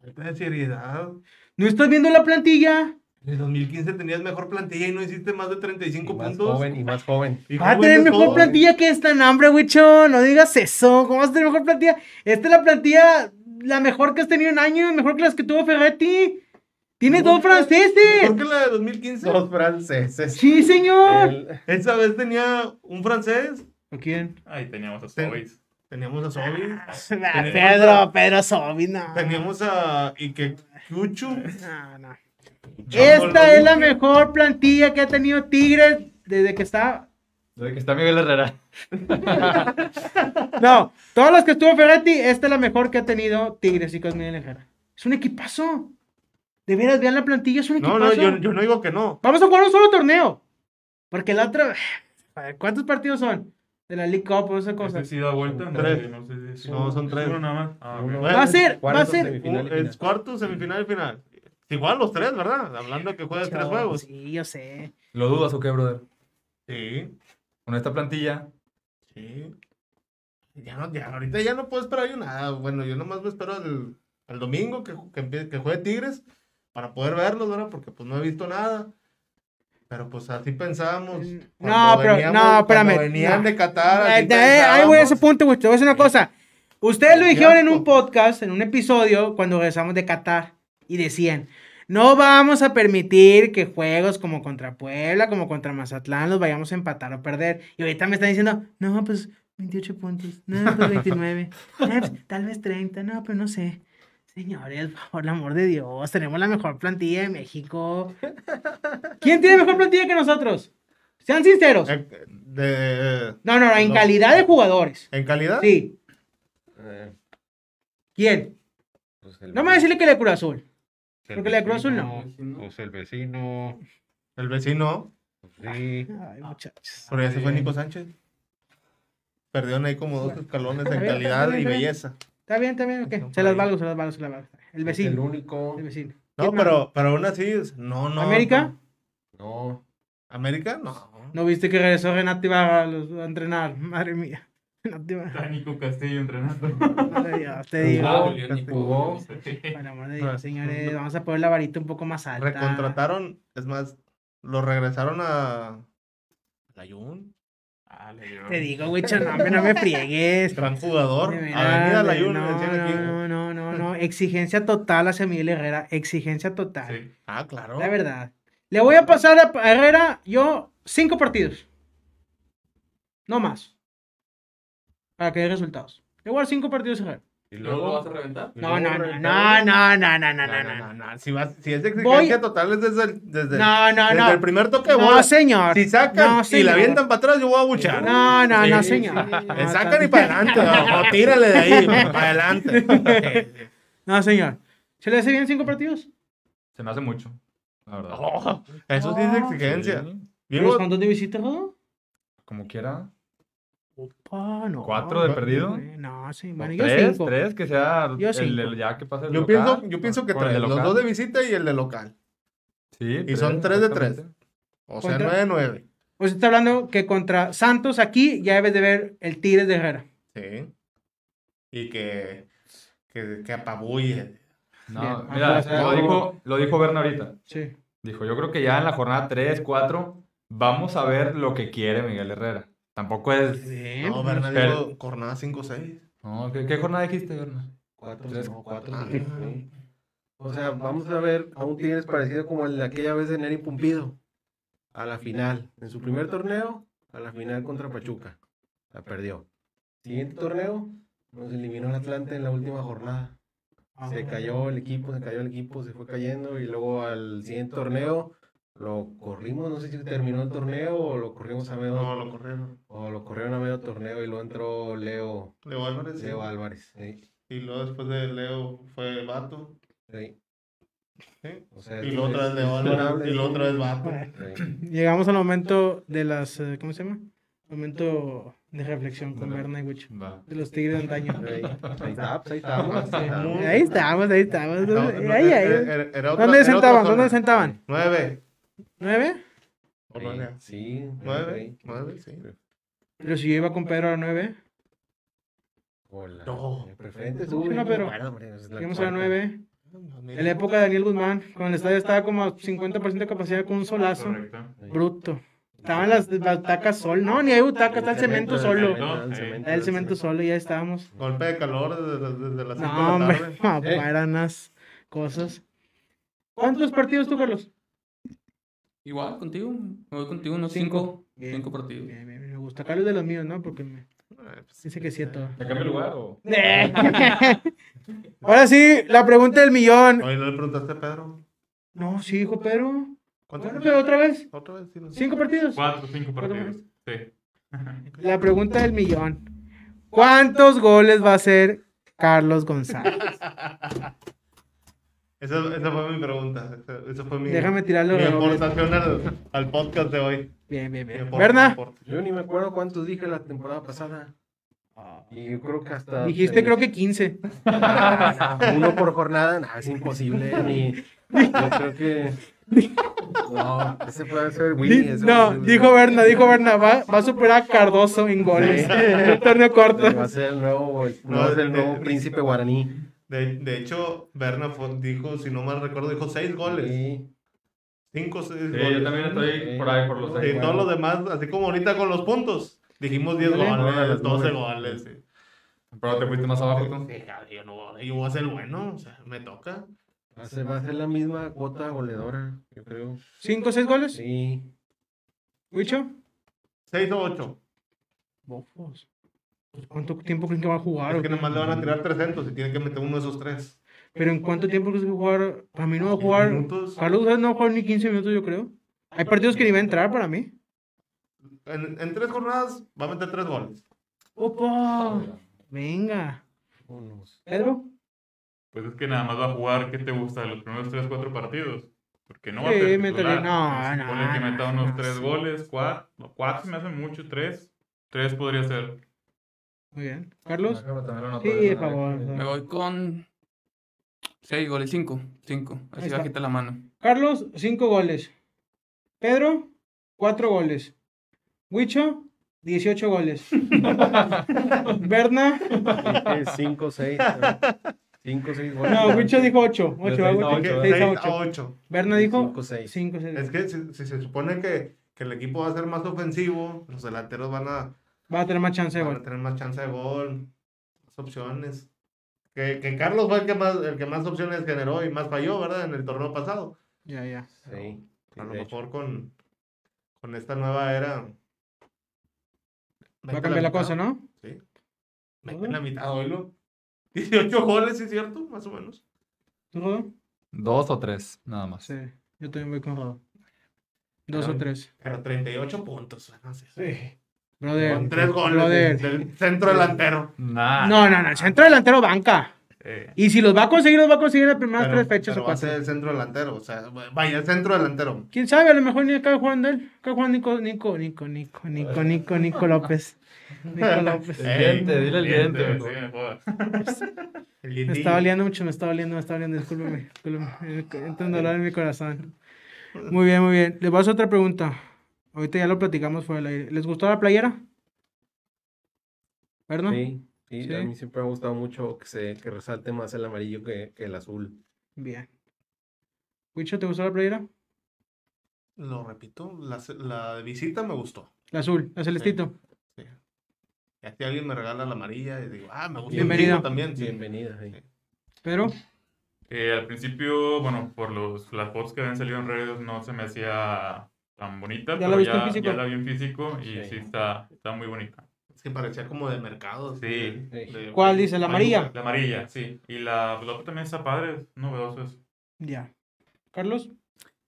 Speaker 4: Falta de seriedad.
Speaker 2: ¿No estás viendo la plantilla?
Speaker 4: En el 2015 tenías mejor plantilla y no hiciste más de 35
Speaker 7: y más
Speaker 4: puntos.
Speaker 7: joven y más joven.
Speaker 4: ¿Y
Speaker 2: Va a
Speaker 4: cómo
Speaker 2: tener
Speaker 4: vendes
Speaker 2: mejor
Speaker 4: todo?
Speaker 2: plantilla que esta, no, hombre, Wicho. No digas eso. ¿Cómo vas a tener mejor plantilla? Esta es la plantilla, la mejor que has tenido en años, mejor que las que tuvo Ferretti. Tiene dos
Speaker 4: Mejor que- Mejor
Speaker 2: franceses.
Speaker 4: que la de 2015.
Speaker 7: Dos franceses.
Speaker 2: Sí, señor.
Speaker 7: El-
Speaker 4: Esa vez tenía un francés.
Speaker 2: ¿O quién?
Speaker 5: Ahí teníamos a
Speaker 4: Ten-
Speaker 5: Sobis.
Speaker 4: Teníamos a Sobi.
Speaker 2: Ah, Pedro, Pedro Sobi, no.
Speaker 4: Teníamos a Ikekuchu.
Speaker 2: No, no.
Speaker 4: Chambolo.
Speaker 2: Esta es la mejor plantilla que ha tenido Tigres desde que está.
Speaker 3: Desde que está Miguel Herrera.
Speaker 2: No, todas las que estuvo Ferretti, esta es la mejor que ha tenido Tigres, chicos, Miguel Herrera. Es un equipazo. De veras, vean la plantilla, es un
Speaker 4: No,
Speaker 2: equipazo.
Speaker 4: no, yo, yo no digo que no.
Speaker 2: Vamos a jugar un solo torneo. Porque la otra. Joder, ¿Cuántos partidos son? De la League Cup o esa cosa.
Speaker 5: Este sí da vuelta? No,
Speaker 4: Tres.
Speaker 5: no sé si-
Speaker 4: No, son
Speaker 5: ¿Es
Speaker 4: tres. Oh,
Speaker 5: Uno nada más. Ah, ok.
Speaker 7: Uno.
Speaker 2: Va a ser, va a
Speaker 7: Cuartos,
Speaker 2: ser.
Speaker 7: semifinal y
Speaker 4: es
Speaker 7: final.
Speaker 4: cuarto, semifinal y final. Igual los tres, ¿verdad? Hablando de que juegas tres
Speaker 2: Chao,
Speaker 4: juegos. Sí.
Speaker 2: Sí, yo sé.
Speaker 3: ¿Lo dudas o qué, brother?
Speaker 4: Sí.
Speaker 3: Con esta plantilla,
Speaker 4: Ya no, ya, ahorita ya no puedo esperar yo nada. Bueno, yo nomás me espero al, al domingo que, ju- que, empie- que juegue Tigres para poder verlos, ¿verdad? Porque pues no he visto nada. Pero pues así pensábamos.
Speaker 2: Mm,
Speaker 4: Cuando
Speaker 2: no, pero-
Speaker 4: veníamos-
Speaker 2: no,
Speaker 4: cuando
Speaker 2: espérame,
Speaker 4: Venían
Speaker 2: no.
Speaker 4: de Qatar. así
Speaker 2: Eh, eh, ahí voy a ese
Speaker 4: pensábamos.
Speaker 2: punto, güey. Te voy a decir una cosa. Ustedes lo
Speaker 4: Eh, Qué
Speaker 2: dijeron en
Speaker 4: asco.
Speaker 2: un podcast, en un episodio, cuando regresamos de Qatar. Y decían: No vamos a permitir que juegos como contra Puebla, como contra Mazatlán, los vayamos a empatar o perder. Y ahorita me están diciendo: No, pues 28 puntos. No, pues 29. no, pues, tal vez 30. No, pero no sé. Señores, por el amor de Dios, tenemos la mejor plantilla de México. ¿Quién tiene mejor plantilla que nosotros? Sean sinceros.
Speaker 4: Eh, de-
Speaker 2: No, no, no, en
Speaker 4: No. ¿Ah?
Speaker 2: calidad de jugadores.
Speaker 4: ¿En calidad?
Speaker 2: Sí.
Speaker 7: Eh,
Speaker 2: ¿Quién?
Speaker 7: pues el-
Speaker 2: No me voy a decirle que le Cruz Azul.
Speaker 7: el
Speaker 2: porque la Cruz Azul no.
Speaker 7: vecino, Pues el vecino.
Speaker 4: El vecino.
Speaker 7: pues sí.
Speaker 2: Ay, muchachos.
Speaker 4: Pero ya se fue
Speaker 5: bien.
Speaker 4: Nico Sánchez. Perdieron ahí como dos escalones
Speaker 2: Está
Speaker 4: en
Speaker 2: bien, está
Speaker 4: calidad
Speaker 2: bien,
Speaker 4: y
Speaker 2: está bien.
Speaker 4: belleza.
Speaker 2: Está bien, está bien, ok.
Speaker 4: Están
Speaker 2: Se
Speaker 4: por
Speaker 2: las
Speaker 4: ahí.
Speaker 2: valgo, se las valgo, se las valgo. El
Speaker 7: Es El
Speaker 2: vecino.
Speaker 7: único.
Speaker 2: El vecino.
Speaker 4: No,
Speaker 2: ¿Quién más?
Speaker 4: pero, pero aún así, es- no, no.
Speaker 2: ¿América?
Speaker 7: No.
Speaker 4: ¿América? No.
Speaker 2: ¿No viste que regresó Renato Ibarra a los- a entrenar? Madre mía. Renato Ibarra.
Speaker 5: Está Nico Castillo entrenando.
Speaker 2: Madre mía, te
Speaker 7: Jugó,
Speaker 2: digo.
Speaker 5: Ah, Nico,
Speaker 7: jugó.
Speaker 5: sí.
Speaker 2: Por el amor de Dios, señores, vamos a poner la varita un poco más alta.
Speaker 4: Recontrataron, es más, lo regresaron a. a la Jun.
Speaker 2: Te digo, güey, no, hombre, no me friegues.
Speaker 4: Gran jugador.
Speaker 2: Mira,
Speaker 4: Avenida
Speaker 2: güey,
Speaker 4: Layún,
Speaker 2: no,
Speaker 4: decían aquí.
Speaker 2: no, no, no, no, no. Exigencia total hacia Miguel Herrera. Exigencia total.
Speaker 5: Sí.
Speaker 4: Ah, claro.
Speaker 2: La verdad. Le voy a pasar a Herrera yo cinco partidos. No más. Para que dé resultados. Le voy a dar cinco partidos a Herrera.
Speaker 4: Y
Speaker 6: ¿Luego lo vas a
Speaker 4: luego-
Speaker 6: reventar?
Speaker 4: y
Speaker 2: No,
Speaker 4: luego
Speaker 2: no, no,
Speaker 4: reventar-
Speaker 2: no, no, no, no, no,
Speaker 4: No,
Speaker 2: no, no.
Speaker 4: no, no, no. Si, vas- si es de
Speaker 2: Voy-
Speaker 4: exigencia total, es desde el, desde,
Speaker 2: No, no,
Speaker 4: desde
Speaker 2: no.
Speaker 4: el primer toque de bola.
Speaker 2: No, señor.
Speaker 4: Si sacan
Speaker 2: No,
Speaker 4: y
Speaker 2: señor.
Speaker 4: la avientan para atrás, yo voy a buchar.
Speaker 2: No, no, no,
Speaker 4: Sí,
Speaker 2: señor.
Speaker 4: Le sacan y para adelante, o, o Ah, tírale de ahí, para adelante.
Speaker 2: No, señor. ¿Se le hace bien cinco partidos?
Speaker 3: Se me hace mucho, la verdad.
Speaker 4: Oh, eso sí es exigencia.
Speaker 3: Sí,
Speaker 2: ¿Los
Speaker 4: Digo,
Speaker 2: cuántos de visita, Rodo?
Speaker 3: Como quiera.
Speaker 2: Opa, Ah, no.
Speaker 3: ¿Cuatro de
Speaker 2: güey,
Speaker 3: perdido?
Speaker 2: güey, No, sí,
Speaker 3: O
Speaker 2: bueno, yo
Speaker 3: tres,
Speaker 2: cinco.
Speaker 3: tres, que sea
Speaker 2: Yo
Speaker 3: el,
Speaker 2: cinco.
Speaker 3: del- ya que pase el
Speaker 4: yo,
Speaker 3: local,
Speaker 4: pienso, yo pienso que
Speaker 3: con el
Speaker 4: tres,
Speaker 3: de
Speaker 4: los
Speaker 3: local.
Speaker 4: dos de visita y el de local.
Speaker 3: Sí,
Speaker 4: Y son tres de tres.
Speaker 3: exactamente.
Speaker 4: O sea,
Speaker 2: ¿Cuánto?
Speaker 4: 9-9.
Speaker 2: Pues está hablando que contra Santos aquí ya debes de ver el Tigres de Herrera.
Speaker 4: Sí. Y que, que, que apabulle.
Speaker 3: No,
Speaker 2: Bien.
Speaker 3: mira,
Speaker 2: Ajá.
Speaker 3: lo dijo, lo dijo Berna ahorita.
Speaker 2: Sí.
Speaker 3: Dijo, yo creo que ya en la jornada 3, 4, vamos a ver lo que quiere Miguel Herrera. Tampoco es...
Speaker 2: Bien.
Speaker 4: No, Bernal
Speaker 3: Pero-
Speaker 4: dijo jornada 5-6.
Speaker 3: No, ¿qué, qué jornada dijiste, Berna?
Speaker 7: Cuatro,
Speaker 3: Tres,
Speaker 7: no, cuatro,
Speaker 4: ah.
Speaker 7: sí. O sea, vamos a ver a un Tigres parecido como el de aquella vez de Neri Pumpido. A la final. En su primer torneo, a la final contra Pachuca. La perdió. Siguiente torneo, nos eliminó el Atlante en la última jornada.
Speaker 4: Ah,
Speaker 7: Se cayó el equipo, se cayó el equipo, se fue cayendo y luego al siguiente torneo lo corrimos, no sé si terminó el torneo o lo corrimos a medio
Speaker 4: No, lo corrieron.
Speaker 7: o lo corrieron a medio torneo y luego entró Leo,
Speaker 4: Leo Álvarez. sí.
Speaker 7: Leo Álvarez. sí,
Speaker 4: Y luego después de Leo fue Vato.
Speaker 7: sí,
Speaker 4: ¿sí?
Speaker 7: o sea,
Speaker 4: Y
Speaker 7: es-
Speaker 4: luego otra vez
Speaker 7: es-
Speaker 4: Leo
Speaker 7: es
Speaker 4: Álvarez.
Speaker 7: durable,
Speaker 4: Y luego otra vez Vato.
Speaker 7: sí.
Speaker 2: Llegamos al momento de las. eh, ¿Cómo se llama? Momento de reflexión con
Speaker 3: De la-
Speaker 2: Berna y Wicho.
Speaker 3: Va.
Speaker 2: De los Tigres de antaño.
Speaker 7: Ahí está, pues, ahí
Speaker 2: Sí.
Speaker 7: está.
Speaker 2: Ahí estamos, ahí estamos.
Speaker 4: No, no, eh,
Speaker 2: ahí,
Speaker 4: era-
Speaker 2: ahí.
Speaker 4: era- era otra-
Speaker 2: ¿Dónde
Speaker 4: era otra
Speaker 2: sentaban?
Speaker 4: zona.
Speaker 2: ¿Dónde sentaban?
Speaker 4: Nueve.
Speaker 2: ¿Nueve?
Speaker 4: O nueve.
Speaker 7: Sí,
Speaker 4: Nueve. Nueve, sí.
Speaker 2: Pero si yo iba con Pedro a nueve,
Speaker 7: Hola.
Speaker 4: No.
Speaker 7: Preferente
Speaker 2: Sí, no, pero- íbamos a la nueve. En la
Speaker 4: Mira,
Speaker 2: época de Daniel Guzmán, cuando el estadio estaba como a 50% de capacidad con un solazo.
Speaker 5: Correcto.
Speaker 2: Bruto. Estaban las las butacas sol. No, ni hay butacas, está el cemento solo.
Speaker 5: cemento.
Speaker 4: eh,
Speaker 2: Está el cemento solo y ya estábamos.
Speaker 4: Golpe de calor desde, desde las 5
Speaker 2: No,
Speaker 4: de la
Speaker 2: hombre,
Speaker 4: tarde.
Speaker 2: no, pues, para unas cosas. ¿Cuántos partidos tú, Carlos?
Speaker 6: Igual, contigo. Me voy contigo unos
Speaker 2: Cinco.
Speaker 6: cinco,
Speaker 2: Bien,
Speaker 6: cinco partidos.
Speaker 2: bien, bien, me gusta. Carlos de los míos, ¿no? Porque me
Speaker 4: Ay, pues,
Speaker 2: dice que sí a todo.
Speaker 3: ¿Te cambio el lugar o...?
Speaker 2: Ahora sí, la pregunta del millón.
Speaker 4: Oye, ¿no le preguntaste a Pedro?
Speaker 2: No, sí, hijo, pero.
Speaker 4: ¿Cuánto
Speaker 2: Bueno, pero otra vez.
Speaker 4: ¿Otra vez? Sí, no sé.
Speaker 2: ¿Cinco partidos?
Speaker 5: Cuatro, cinco
Speaker 2: Cuatro
Speaker 5: partidos. Sí.
Speaker 2: La pregunta del millón. ¿Cuántos goles va a hacer Carlos González?
Speaker 4: Esa, esa fue mi pregunta. Esa, esa fue mi,
Speaker 2: Déjame tirarlo.
Speaker 4: mi
Speaker 2: de goles.
Speaker 4: aportación al, al podcast de hoy.
Speaker 2: Bien, bien, bien.
Speaker 4: ¿Verdad?
Speaker 2: Berna,
Speaker 7: Yo ni me acuerdo cuántos dije la temporada pasada. Y yo creo que hasta.
Speaker 2: dijiste creo que 15.
Speaker 7: Uno por jornada, nada, es imposible. Ni... Yo creo que. No, ese puede ser Willy.
Speaker 2: Di-
Speaker 7: ese
Speaker 2: No,
Speaker 7: puede ser-
Speaker 2: dijo Berna, dijo Berna, va, va a superar a Cardoso en goles.
Speaker 7: Sí.
Speaker 2: El torneo corto.
Speaker 7: Va a ser el nuevo, el-
Speaker 4: No,
Speaker 7: es
Speaker 4: de-
Speaker 7: el nuevo
Speaker 4: de-
Speaker 7: príncipe guaraní.
Speaker 4: De, de hecho, Berna fue- dijo, si no mal recuerdo, dijo seis goles.
Speaker 7: Sí.
Speaker 4: Cinco, seis
Speaker 3: Sí,
Speaker 4: goles.
Speaker 3: yo también estoy por ahí por los
Speaker 4: Y
Speaker 3: seis.
Speaker 4: todos los demás, así como ahorita con los puntos, dijimos 10
Speaker 2: Nueve.
Speaker 4: goles, 12 goles. sí.
Speaker 3: Pero te fuiste más abajo tú.
Speaker 4: Sí, ja, yo no, yo voy a ser bueno, o sea, me toca.
Speaker 7: Va a ser, va a ser la misma cuota goleadora, yo creo.
Speaker 2: ¿Cinco o seis goles?
Speaker 7: Sí.
Speaker 2: ¿Wicho?
Speaker 4: 6 o 8.
Speaker 2: Bofos. Pues, ¿Cuánto tiempo creen que va a jugar?
Speaker 4: Es que nomás le van a tirar 300 y tiene que meter uno de esos tres.
Speaker 2: Pero ¿en cuánto tiempo crees que va a jugar? Para mí no va a jugar.
Speaker 4: Minutos.
Speaker 2: Carlos González no va a jugar ni 15 minutos, yo creo. Hay partidos que ni va a entrar para mí.
Speaker 4: En, en tres jornadas va a meter tres goles.
Speaker 2: ¡Opa! Venga.
Speaker 7: Unos.
Speaker 2: Pedro.
Speaker 5: Pues es que nada más va a jugar, ¿qué te gusta? Los primeros tres, cuatro partidos. Porque no va
Speaker 2: Sí,
Speaker 5: a ser
Speaker 2: eh, métele-
Speaker 5: titular.
Speaker 2: no,
Speaker 5: Entonces,
Speaker 2: no,
Speaker 5: ponle que meta
Speaker 2: no,
Speaker 5: unos
Speaker 2: no,
Speaker 5: tres
Speaker 2: sí.
Speaker 5: goles, cuatro. no, Cuatro se me hacen mucho, tres. Tres podría ser.
Speaker 2: Muy bien.
Speaker 3: Ah,
Speaker 2: Carlos. Sí,
Speaker 3: Sí,
Speaker 2: por favor.
Speaker 6: Me voy con seis goles, cinco. Cinco.
Speaker 2: Ahí
Speaker 6: Así
Speaker 2: está.
Speaker 6: bajita la mano.
Speaker 2: Carlos, 5 goles. Pedro, 4 goles. Huicho, 18 goles. Berna,
Speaker 7: Dije 5 o 6. 5 o 6 goles.
Speaker 2: no, Huicho dijo 8.
Speaker 3: seis a
Speaker 2: 8,
Speaker 3: ocho,
Speaker 4: De
Speaker 2: 6 a
Speaker 4: seis
Speaker 2: 8.
Speaker 4: a ocho.
Speaker 2: Berna dijo
Speaker 7: 5 o 6.
Speaker 2: 5, 6.
Speaker 4: Es que si, si se supone que que el equipo va a ser más ofensivo, los delanteros van a,
Speaker 2: Va a tener más chance de
Speaker 4: van a
Speaker 2: gol.
Speaker 4: tener más chance de gol, más opciones. Que, que Carlos fue el que, más, el que más opciones generó y más falló, ¿verdad? En el torneo pasado.
Speaker 2: Ya, ya.
Speaker 7: Sí. sí,
Speaker 4: A lo
Speaker 7: de hecho.
Speaker 4: mejor con, con esta nueva era.
Speaker 2: Va a cambiar la cosa, ¿no?
Speaker 4: Sí. Mete la mitad, oílo. 18 goles, ¿sí es cierto? Más o menos.
Speaker 2: ¿Tú, Rodo?
Speaker 3: Dos o tres, nada más.
Speaker 2: Sí. Yo también voy con Rodo. Dos o
Speaker 4: Pero-
Speaker 2: tres.
Speaker 4: Pero 38 puntos. ah, no sé.
Speaker 2: Sí. Brother.
Speaker 4: Con tres goles Ah.
Speaker 2: brother.
Speaker 4: del centro delantero.
Speaker 3: Nah.
Speaker 2: No, no, no. Centro delantero banca.
Speaker 5: Eh,
Speaker 2: Y si los va a conseguir, los va a conseguir en las primeras
Speaker 4: Pero-
Speaker 2: tres fechas
Speaker 4: pero
Speaker 2: o
Speaker 4: va a
Speaker 2: cuatro.
Speaker 4: ser el centro delantero. O sea, vaya, el centro delantero.
Speaker 2: ¿Quién sabe? A lo mejor ni acaba jugando él. Acaba jugando Nico, Nico, Nico, Nico, Nico, Nico, Nico López. Nico López.
Speaker 5: el
Speaker 4: Ey,
Speaker 3: diente, dile el diente.
Speaker 5: sí, me jodas.
Speaker 4: El
Speaker 2: Me
Speaker 4: Didi.
Speaker 2: está oliendo mucho, me está oliendo, me está oliendo, discúlpeme. discúlpeme. Entra un dolor en mi corazón. Muy bien, muy bien. Les voy a hacer otra pregunta. Ahorita ya lo platicamos fuera del aire. ¿Les gustó la playera? ¿Verdad?
Speaker 7: Sí, sí,
Speaker 2: Sí.
Speaker 7: a mí siempre me ha gustado mucho que, se, que resalte más el amarillo que, que el azul.
Speaker 2: Bien. Wicho, ¿te gustó la playera?
Speaker 4: Lo repito, la, ce- la de visita me gustó.
Speaker 2: La azul, la celestito.
Speaker 4: Y aquí alguien me regala la amarilla y digo, ah, me gusta
Speaker 2: Bienvenido.
Speaker 4: el blanco también. sí.
Speaker 7: Bienvenida. sí.
Speaker 2: Pero,
Speaker 5: Eh, al principio, bueno, por los, las fotos que habían salido en redes no se me hacía tan bonita,
Speaker 2: ¿Ya la
Speaker 5: pero
Speaker 2: viste en
Speaker 5: ya,
Speaker 2: físico?
Speaker 5: ya la vi en físico y
Speaker 7: Sí.
Speaker 5: sí, está, está muy bonita.
Speaker 4: Es que parecía como de mercado. así,
Speaker 5: Sí.
Speaker 4: de- de-
Speaker 2: ¿cuál dice? ¿La amarilla?
Speaker 5: La amarilla, sí. Y la, la otra también está padre, es novedoso eso.
Speaker 2: Ya. Carlos,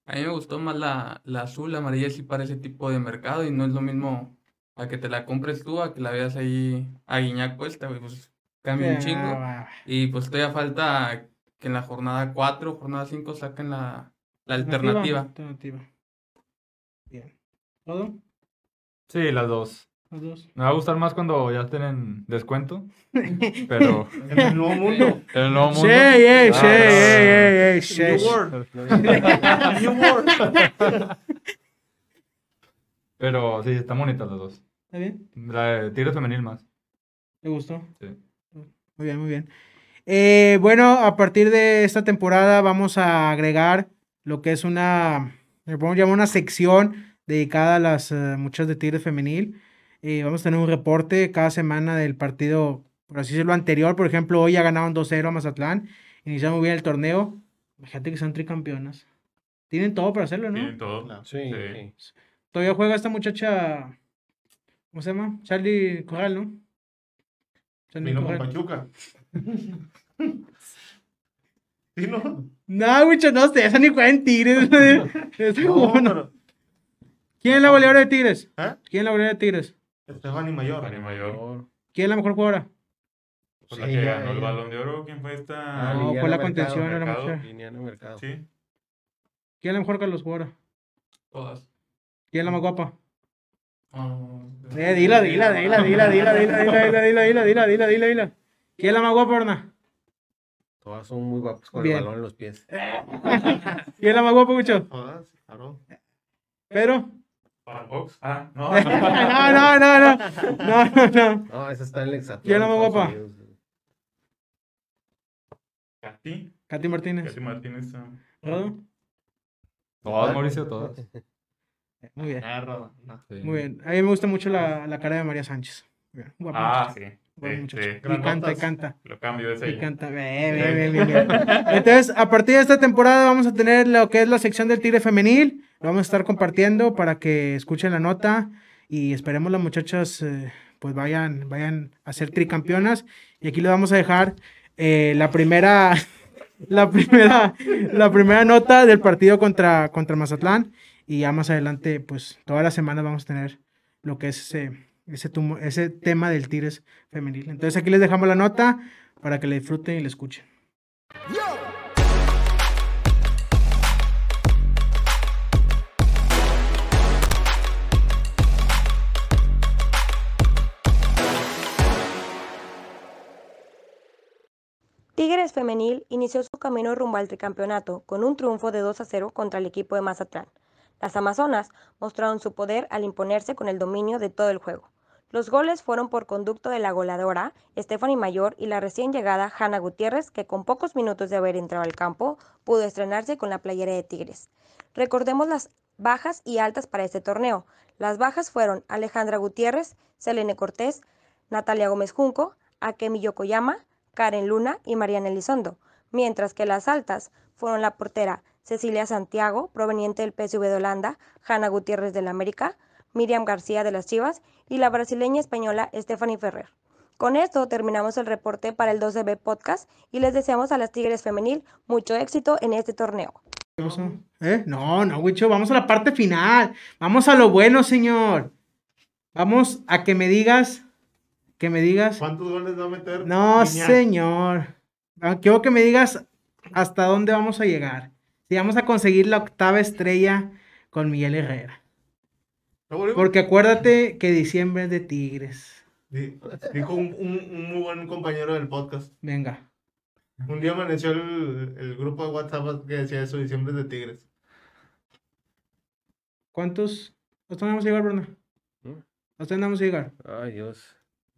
Speaker 6: A mí me gustó más la, la azul, la amarilla sí para ese tipo de mercado y no es lo mismo a que te la compres tú, a que la veas ahí a guiñac puesta, güey, pues cambia un
Speaker 2: Ya,
Speaker 6: chingo.
Speaker 2: va.
Speaker 6: Y pues todavía falta que en la jornada 4, jornada 5 saquen la, la alternativa.
Speaker 2: Alternativa. Bien. ¿Todo?
Speaker 3: Sí, las dos.
Speaker 2: ¿Los dos?
Speaker 3: Me va a gustar más cuando ya estén en descuento. Pero
Speaker 4: En el nuevo mundo.
Speaker 3: en el nuevo
Speaker 2: Sí,
Speaker 3: mundo.
Speaker 2: ey,
Speaker 3: Ah,
Speaker 2: sí, ey, ey, ey, sí,
Speaker 4: New
Speaker 2: sí.
Speaker 4: World.
Speaker 2: New World.
Speaker 3: Pero sí, están bonitas las dos.
Speaker 2: ¿Está bien?
Speaker 3: La de Tigres femenil más.
Speaker 2: ¿Te gustó?
Speaker 3: Sí.
Speaker 2: Muy bien, muy bien. Eh, bueno, a partir de esta temporada vamos a agregar lo que es una, le podemos llamar una sección dedicada a las eh, muchas de Tigres Femenil. Eh, vamos a tener un reporte cada semana del partido, por así decirlo, anterior. Por ejemplo, hoy ya ganaron 2-0 a Mazatlán. Iniciaron muy bien el torneo. Imagínate que son tricampeonas. Tienen todo para hacerlo, ¿no?
Speaker 5: Tienen todo. eh,
Speaker 4: Claro.
Speaker 7: Sí,
Speaker 5: Sí.
Speaker 7: sí.
Speaker 2: Todavía juega esta muchacha. ¿Cómo se llama? Charlie Corral, ¿no? Charlie
Speaker 4: Vino con
Speaker 2: Corral.
Speaker 4: Pachuca. ¿Sí, no?
Speaker 2: No, mucho, no sé, esa ni juega en Tigres. Esa
Speaker 4: No,
Speaker 2: jugó, no.
Speaker 4: pero-
Speaker 2: ¿Quién es la goleadora de Tigres?
Speaker 4: ¿Eh?
Speaker 2: ¿Quién es la goleadora de Tigres?
Speaker 4: Estefani Mayor.
Speaker 5: Fanny Mayor.
Speaker 2: ¿Quién es la mejor jugadora?
Speaker 5: Pues la
Speaker 7: Sí,
Speaker 5: que
Speaker 7: ya,
Speaker 5: ganó el
Speaker 7: ya.
Speaker 5: balón de oro, ¿quién fue esta?
Speaker 7: Ah,
Speaker 2: no,
Speaker 7: Liliana
Speaker 2: fue la
Speaker 7: Mercado,
Speaker 2: contención de la
Speaker 5: Mercado,
Speaker 2: muchacha.
Speaker 7: Liliana Mercado.
Speaker 5: Sí.
Speaker 2: ¿Quién es la mejor Carlos jugadora?
Speaker 6: Todas.
Speaker 2: ¿Quién es la más guapa?
Speaker 6: Ah,
Speaker 2: Eh, dila, dila, dila, dila, dila, dila, dila, dila, dila, dila, dila, dila, dila, dila. ¿Quién es la más guapa, Orna?
Speaker 7: Todas son muy guapas con
Speaker 2: Bien.
Speaker 7: el balón en los pies.
Speaker 2: ¿Quién es la más guapa, mucho?
Speaker 4: Jodas, claro.
Speaker 2: ¿Pedro?
Speaker 5: Para Fox. Ah, no.
Speaker 2: No, no, no, no. No, no, no.
Speaker 7: No, esa está en el hexatlón.
Speaker 2: ¿Quién es la más
Speaker 7: Estados
Speaker 2: guapa?
Speaker 7: Unidos.
Speaker 5: Katy.
Speaker 2: Katy Martínez.
Speaker 5: Katy Martínez. ah.
Speaker 2: ¿Rodo?
Speaker 3: Todas, Mauricio, todas.
Speaker 2: Eh, Muy bien,
Speaker 4: Ah, Rodo, no.
Speaker 3: Sí.
Speaker 2: muy bien. A mí me gusta mucho la, la cara de María Sánchez. Muy bien, Guapa.
Speaker 5: Ah,
Speaker 2: muchacha,
Speaker 5: sí.
Speaker 2: Guapa
Speaker 5: Sí,
Speaker 2: muchacha.
Speaker 5: sí.
Speaker 2: Y canta, y canta.
Speaker 5: Lo cambio ese.
Speaker 2: Me
Speaker 5: ahí.
Speaker 2: encanta. Ve, ve, ve, ve, ve. Entonces, a partir de esta temporada vamos a tener lo que es la sección del Tigre Femenil. Lo vamos a estar compartiendo para que escuchen la nota y esperemos las muchachas eh, pues vayan, vayan a ser tricampeonas. Y aquí le vamos a dejar eh, la primera... La primera, la primera nota del partido contra, contra Mazatlán y ya más adelante, pues toda la semana vamos a tener lo que es ese, ese, tumo- ese tema del Tigres femenil. Entonces aquí les dejamos la nota para que la disfruten y la escuchen.
Speaker 8: Tigres Femenil inició su camino rumbo al tricampeonato con un triunfo de 2 a 0 contra el equipo de Mazatlán. Las Amazonas mostraron su poder al imponerse con el dominio de todo el juego. Los goles fueron por conducto de la goleadora Stephanie Mayor y la recién llegada Hanna Gutiérrez, que con pocos minutos de haber entrado al campo pudo estrenarse con la playera de Tigres. Recordemos las bajas y altas para este torneo. Las bajas fueron Alejandra Gutiérrez, Selene Cortés, Natalia Gómez Junco, Akemi Yokoyama, Karen Luna y Mariana Elizondo, mientras que las altas fueron la portera Cecilia Santiago, proveniente del PSV de Holanda, Hanna Gutiérrez del América, Miriam García de las Chivas y la brasileña española Stephanie Ferrer. Con esto terminamos el reporte para el 12B Podcast y les deseamos a las Tigres Femenil mucho éxito en este torneo.
Speaker 2: ¿Qué pasó? ¿Eh? No, no, Wicho, vamos a la parte final. Vamos a lo bueno, señor. Vamos a que me digas, que me digas.
Speaker 4: ¿Cuántos goles va a meter?
Speaker 2: No,
Speaker 4: Guiñac?
Speaker 2: señor. Ah, Quiero que me digas hasta dónde vamos a llegar. Si vamos a conseguir la octava estrella con Miguel Herrera.
Speaker 4: No, boludo.
Speaker 2: Porque acuérdate que diciembre es de Tigres.
Speaker 4: Di- Dijo un, un- un muy buen compañero del podcast.
Speaker 2: Venga.
Speaker 4: Un día amaneció el, el grupo de WhatsApp que decía eso, diciembre es de Tigres.
Speaker 2: ¿Cuántos? ¿Hasta dónde vamos a llegar, Bruno?
Speaker 7: ¿Mm?
Speaker 2: ¿Hasta dónde vamos a llegar?
Speaker 7: Ay, Dios.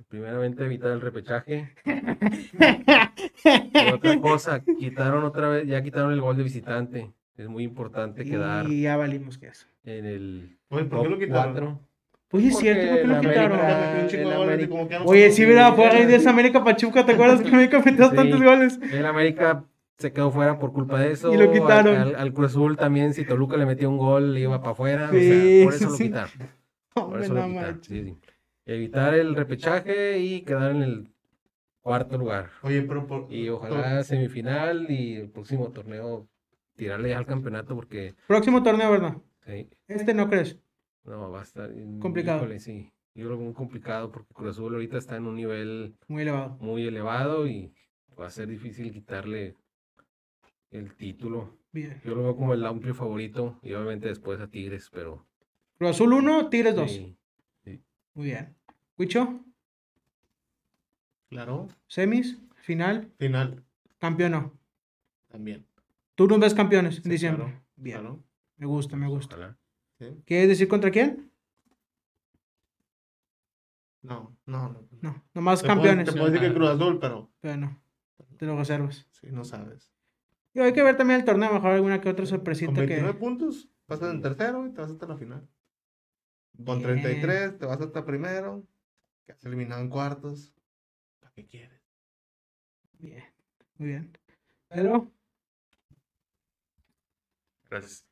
Speaker 7: Primeramente evitar el repechaje. Y otra cosa, quitaron otra vez, ya quitaron el gol de visitante. Es muy importante quedar
Speaker 2: Y ya valimos que eso.
Speaker 7: en el
Speaker 4: Oye, ¿por
Speaker 7: top
Speaker 4: qué lo quitaron?
Speaker 7: 4.
Speaker 2: Oye, es cierto, ¿por qué lo
Speaker 7: la
Speaker 2: quitaron?
Speaker 7: América-
Speaker 4: Metió un chingo de
Speaker 7: el
Speaker 4: goles y
Speaker 7: América-
Speaker 4: como que ya no
Speaker 2: Oye,
Speaker 4: somos
Speaker 2: sí,
Speaker 4: un-
Speaker 2: mira, fue rey de esa América Pachuca, ¿te acuerdas que América metió
Speaker 7: Sí.
Speaker 2: tantos goles?
Speaker 7: El América se quedó fuera por culpa de eso.
Speaker 2: Y lo quitaron.
Speaker 7: Al, al- al Cruz Azul también, si Toluca le metió un gol, le iba para afuera.
Speaker 2: Sí,
Speaker 7: o sea, por
Speaker 2: sí,
Speaker 7: eso lo
Speaker 2: sí.
Speaker 7: quitaron. Por
Speaker 2: Hombre,
Speaker 7: eso lo
Speaker 2: no
Speaker 7: quitaron.
Speaker 2: manches.
Speaker 7: sí, sí. Evitar el repechaje y quedar en el cuarto lugar.
Speaker 4: Oye, pero por...
Speaker 7: Y ojalá semifinal y el próximo torneo tirarle al campeonato porque
Speaker 2: Próximo torneo, ¿verdad?
Speaker 7: sí,
Speaker 2: Este no crees.
Speaker 7: no va a estar mm,
Speaker 2: Complicado.
Speaker 7: híjole, sí. Yo creo que muy complicado porque Cruz Azul ahorita está en un nivel
Speaker 2: Muy elevado.
Speaker 7: muy elevado y va a ser difícil quitarle el título.
Speaker 2: Bien.
Speaker 7: Yo lo veo como el amplio favorito y obviamente después a Tigres, pero
Speaker 2: Cruz Azul 1, Tigres 2.
Speaker 7: sí,
Speaker 2: Muy bien. Huicho,
Speaker 4: Claro,
Speaker 2: semis, final,
Speaker 4: final
Speaker 2: campeón no.
Speaker 4: también.
Speaker 2: Tú no ves campeones en
Speaker 4: Sí,
Speaker 2: diciembre.
Speaker 4: claro,
Speaker 2: Bien.
Speaker 4: Claro.
Speaker 2: Me gusta, me gusta.
Speaker 7: ojalá.
Speaker 4: Sí.
Speaker 2: ¿Quieres decir contra quién?
Speaker 4: No, no, no.
Speaker 2: No, nomás
Speaker 4: Te puedo-
Speaker 2: campeones.
Speaker 4: Te puedo decir que Cruz Azul, pero
Speaker 2: Pero no, te lo reservas.
Speaker 4: sí, no sabes.
Speaker 2: Y hay que ver también el torneo, mejor alguna que otra sorpresita
Speaker 4: Con 29
Speaker 2: que.
Speaker 4: puntos, pasas en tercero y te vas hasta la final. Con
Speaker 2: Bien.
Speaker 4: 33, te vas hasta primero. Quedas eliminado en cuartos. ¿Para qué quieres?
Speaker 2: Bien, muy bien. Pero,
Speaker 5: Gracias.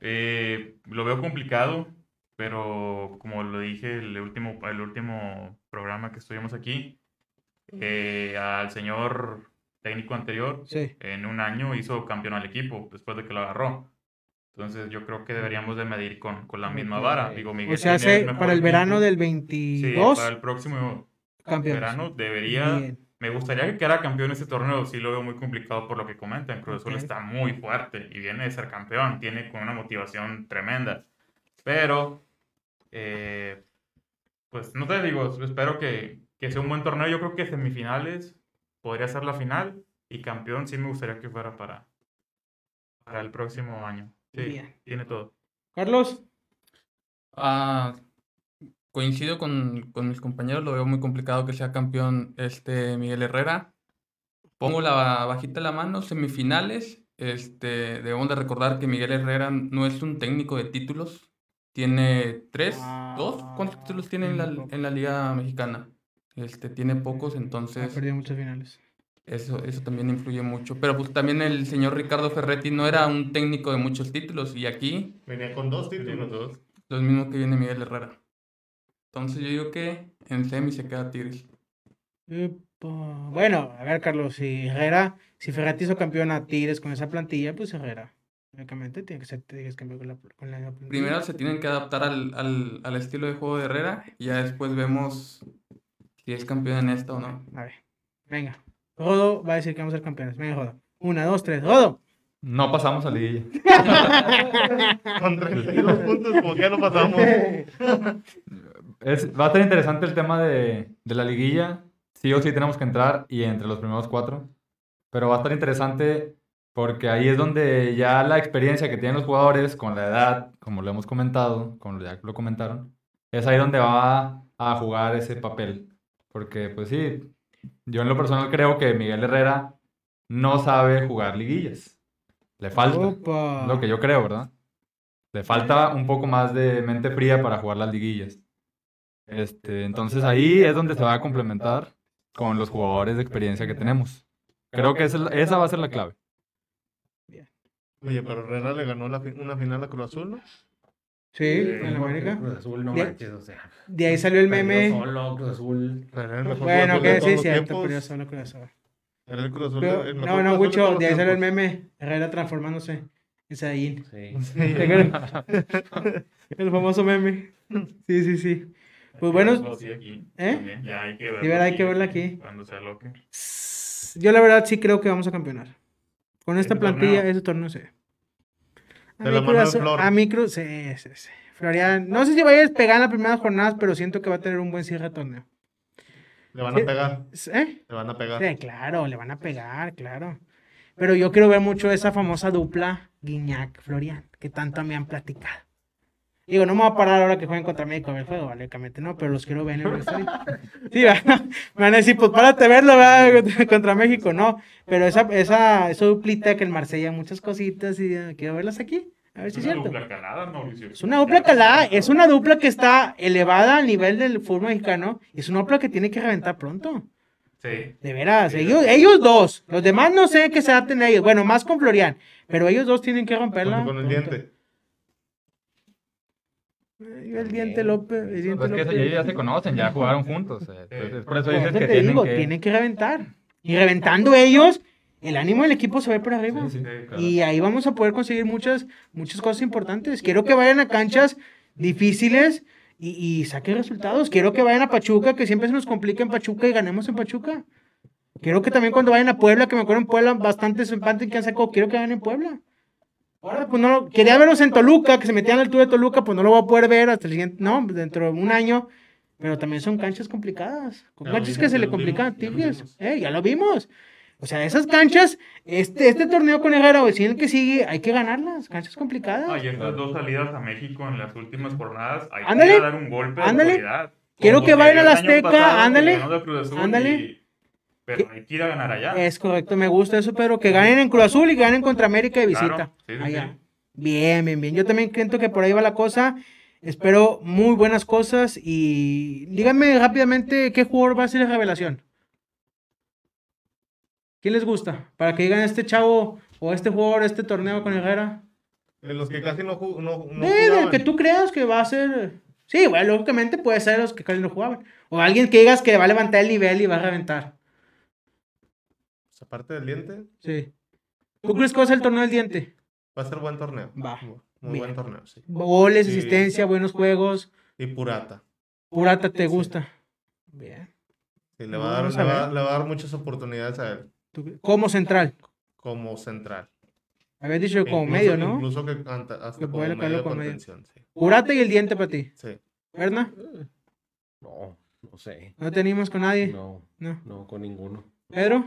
Speaker 5: Eh, lo veo complicado, pero como lo dije el último, el último programa que estuvimos aquí, eh, al señor técnico anterior,
Speaker 2: sí.
Speaker 5: en un año hizo campeón al equipo después de que lo agarró. Entonces yo creo que deberíamos de medir con, con la misma vara.
Speaker 7: Ok.
Speaker 5: Digo, Miguel
Speaker 2: O sea,
Speaker 5: tiene
Speaker 2: hace
Speaker 5: mejor
Speaker 2: para el verano
Speaker 5: equipo.
Speaker 2: del
Speaker 5: Sí,
Speaker 2: 22,
Speaker 5: para el próximo
Speaker 2: campeones.
Speaker 5: verano debería...
Speaker 2: Bien.
Speaker 5: Me gustaría que quedara campeón este torneo, sí lo veo muy complicado por lo que comentan. Cruz Azul
Speaker 2: Ok.
Speaker 5: está muy fuerte y viene de ser campeón, tiene con una motivación tremenda. Pero, eh, pues no te digo, espero que, que sea un buen torneo. Yo creo que semifinales podría ser la final y campeón sí me gustaría que fuera para, para el próximo año. Sí,
Speaker 2: Bien.
Speaker 5: tiene todo.
Speaker 2: Carlos,
Speaker 6: Ah, coincido con, con mis compañeros, lo veo muy complicado que sea campeón este Miguel Herrera. Pongo la bajita la mano, semifinales. Este, debemos de recordar que Miguel Herrera no es un técnico de títulos. Tiene tres, dos. ¿Cuántos títulos tiene en la, en la Liga Mexicana? Este, tiene pocos,
Speaker 2: ha
Speaker 6: entonces
Speaker 2: perdido muchas finales.
Speaker 6: eso, eso también influye mucho. Pero pues también el señor Ricardo Ferretti no era un técnico de muchos títulos y aquí
Speaker 4: Venía con dos títulos.
Speaker 5: dos.
Speaker 6: lo mismo que viene Miguel Herrera. Entonces yo digo que en semi se queda Tigres.
Speaker 2: Epa. Bueno, a ver, Carlos, si Herrera, si Ferretti hizo campeón a Tigres con esa plantilla, pues Herrera, lógicamente, tiene que ser Tigres campeón con la, con la misma plantilla.
Speaker 6: Primero se tienen que adaptar al, al- al estilo de juego de Herrera y ya después vemos si es campeón en esta o no.
Speaker 2: A ver, venga. Rodo va a decir que vamos a ser campeones. Venga, Rodo. Una, dos, tres, Rodo.
Speaker 3: No pasamos a liguilla.
Speaker 4: Con 32 puntos, como que ya no pasamos.
Speaker 3: Es- va a estar interesante el tema de, de la liguilla. Sí o sí tenemos que entrar y entre los primeros cuatro. Pero va a estar interesante porque ahí es donde ya la experiencia que tienen los jugadores con la edad, como lo hemos comentado, como ya lo comentaron, es ahí donde va a jugar ese papel. Porque pues sí, yo en lo personal creo que Miguel Herrera no sabe jugar liguillas. Le falta.
Speaker 2: Opa.
Speaker 3: Es lo que yo creo, ¿verdad? Le falta un poco más de mente fría para jugar las liguillas. Este, entonces ahí es donde se va a complementar con los jugadores de experiencia que tenemos. Creo que esa, es la- esa va a ser la clave.
Speaker 4: Oye, pero Herrera le ganó la fi- una final a Cruz Azul, ¿no?
Speaker 2: Sí, en la América.
Speaker 7: Cruz Azul, no
Speaker 2: De-
Speaker 7: manches, o sea.
Speaker 2: De ahí salió el
Speaker 7: perdió
Speaker 2: meme.
Speaker 7: Solo Cruz Azul.
Speaker 4: Era el mejor
Speaker 2: Bueno,
Speaker 4: Cruz Azul de
Speaker 2: que
Speaker 4: todos
Speaker 2: sí,
Speaker 4: los
Speaker 2: cierto,
Speaker 4: tiempos.
Speaker 2: perdió solo Cruz Azul.
Speaker 4: Era el Cruz Azul.
Speaker 2: Pero-
Speaker 4: el
Speaker 2: no,
Speaker 4: mejor
Speaker 2: no,
Speaker 4: Cruz Azul
Speaker 2: Wicho,
Speaker 4: todos
Speaker 2: de ahí
Speaker 4: los
Speaker 2: salió el
Speaker 4: tiempos.
Speaker 2: meme. Herrera transformándose. Es ahí.
Speaker 7: Sí.
Speaker 2: El famoso meme. Sí, sí, sí. Pues bueno,
Speaker 5: Sí, aquí.
Speaker 2: ¿eh?
Speaker 5: También, Ya hay que verla.
Speaker 2: Sí, ¿verdad? Hay que verla aquí.
Speaker 5: Cuando se aloque.
Speaker 2: s- yo la verdad sí creo que vamos a campeonar. Con esta
Speaker 5: Este
Speaker 2: plantilla,
Speaker 5: torneo.
Speaker 2: ese torneo se ve. A
Speaker 4: De
Speaker 2: mí
Speaker 4: la mano de
Speaker 2: Cruz-
Speaker 4: Flor.
Speaker 2: A mí Cruz, sí, sí, sí. Florian, no sé si vaya a despegar en las primeras jornadas, pero siento que va a tener un buen cierre de torneo.
Speaker 4: Le van a
Speaker 2: Sí.
Speaker 4: pegar,
Speaker 2: ¿Eh?
Speaker 4: le van a pegar.
Speaker 2: Sí, claro, le van a pegar, claro. Pero yo quiero ver mucho esa famosa dupla Guiñac-Florian, que tanto me han platicado. Digo, no me voy a parar ahora que jueguen contra México en el juego, lógicamente no, pero los quiero ver en el estadio. Sí, ¿verdad? me van a decir, pues párate a verlo, ¿verdad? Contra México, no. Pero esa, esa, esa duplita que el Marsella, muchas cositas, y ah, quiero verlas aquí. A ver si es
Speaker 5: una
Speaker 2: cierto.
Speaker 5: dupla calada, Mauricio.
Speaker 2: Es una dupla calada, es una dupla que está elevada al nivel del fútbol mexicano. y Es una dupla que tiene que reventar pronto.
Speaker 5: Sí.
Speaker 2: De veras, ellos, ellos dos. Los demás no sé qué se adapten a ellos. Bueno, más con Florian. Pero ellos dos tienen que romperla.
Speaker 4: Junto con el
Speaker 2: pronto.
Speaker 4: diente.
Speaker 2: Eh, yo El diente López. El diente
Speaker 3: Pues es que
Speaker 2: López.
Speaker 3: ellos ya se conocen, ya jugaron juntos. eh. Entonces, es por eso
Speaker 2: Por
Speaker 3: dices
Speaker 2: eso
Speaker 3: que
Speaker 2: te
Speaker 3: tienen
Speaker 2: digo,
Speaker 3: que...
Speaker 2: tienen que reventar. Y reventando ellos, el ánimo del equipo se ve por arriba.
Speaker 3: Sí, sí, claro.
Speaker 2: Y ahí vamos a poder conseguir muchas, muchas cosas importantes. Quiero que vayan a canchas difíciles y, y saquen resultados. Quiero que vayan a Pachuca, que siempre se nos complica en Pachuca y ganemos en Pachuca. Quiero que también cuando vayan a Puebla, que me acuerdo en Puebla, bastantes empates que han sacado, quiero que ganen en Puebla. Ahora, pues no lo- quería verlos en Toluca, que se metían al tour de Toluca, pues no lo voy a poder ver hasta el siguiente, no, dentro de un año. Pero también son canchas complicadas. Con
Speaker 4: Ya lo
Speaker 2: canchas que
Speaker 4: vimos,
Speaker 2: se
Speaker 4: ya
Speaker 2: le
Speaker 4: lo
Speaker 2: complican a
Speaker 4: vimos, ya lo
Speaker 2: Tigres.
Speaker 4: vimos.
Speaker 2: Eh, ya lo vimos. O sea, esas canchas, este, este torneo con Herrera o el siguiente que sigue, hay que ganarlas. Canchas complicadas.
Speaker 5: No, Ah, y estas dos salidas a México en las últimas jornadas, hay
Speaker 2: Ándale,
Speaker 5: que dar un golpe
Speaker 2: ándale.
Speaker 5: de calidad.
Speaker 2: Quiero
Speaker 5: Como
Speaker 2: que
Speaker 5: se
Speaker 2: vayan
Speaker 5: dio
Speaker 2: a la
Speaker 5: el año
Speaker 2: Azteca,
Speaker 5: pasado, que
Speaker 2: ándale,
Speaker 5: ganó la Cruz Azul
Speaker 2: ándale.
Speaker 5: y- Pero hay que ir a ganar allá.
Speaker 2: Es correcto, me gusta eso, pero que ganen en Cruz Azul y ganen contra América de visita.
Speaker 5: Claro, sí, sí,
Speaker 2: Allá.
Speaker 5: sí.
Speaker 2: Bien, bien, bien. Yo también siento que por ahí va la cosa. Espero muy buenas cosas y díganme rápidamente qué jugador va a ser la revelación. ¿Quién les gusta? Para que digan este chavo o este jugador, este torneo con Herrera.
Speaker 4: En los que casi no ju- no, no
Speaker 2: Eh, del
Speaker 4: jugaban.
Speaker 2: que tú creas que va a ser. Sí, güey, lógicamente puede ser los que casi no jugaban. O alguien que digas que va a levantar el nivel y va a reventar.
Speaker 4: Pues, aparte del diente,
Speaker 2: Sí. ¿Tú crees que va a ser el torneo del diente?
Speaker 4: va a ser buen torneo.
Speaker 2: Va,
Speaker 4: Muy
Speaker 2: bien.
Speaker 4: buen torneo, sí.
Speaker 2: Goles,
Speaker 4: Sí.
Speaker 2: asistencia, buenos juegos.
Speaker 4: Y Purata.
Speaker 2: Purata te gusta. Bien.
Speaker 4: Sí, le, va a dar,
Speaker 2: Vamos
Speaker 4: le,
Speaker 2: a
Speaker 4: va,
Speaker 2: ver.
Speaker 4: le va a dar muchas oportunidades a él
Speaker 2: Tú- Como central.
Speaker 4: como central.
Speaker 2: Habías dicho como
Speaker 4: Incluso-
Speaker 2: medio, ¿no?
Speaker 4: Incluso que anta- hasta
Speaker 2: Que
Speaker 4: como
Speaker 2: puede
Speaker 4: medio
Speaker 2: caerlo
Speaker 4: de
Speaker 2: con medio.
Speaker 4: contención, sí.
Speaker 2: Purata y el diente para ti.
Speaker 4: Sí.
Speaker 2: ¿Verdad?
Speaker 7: No, no sé.
Speaker 2: No te animas con nadie.
Speaker 7: No,
Speaker 2: No.
Speaker 7: no con ninguno.
Speaker 2: Pedro,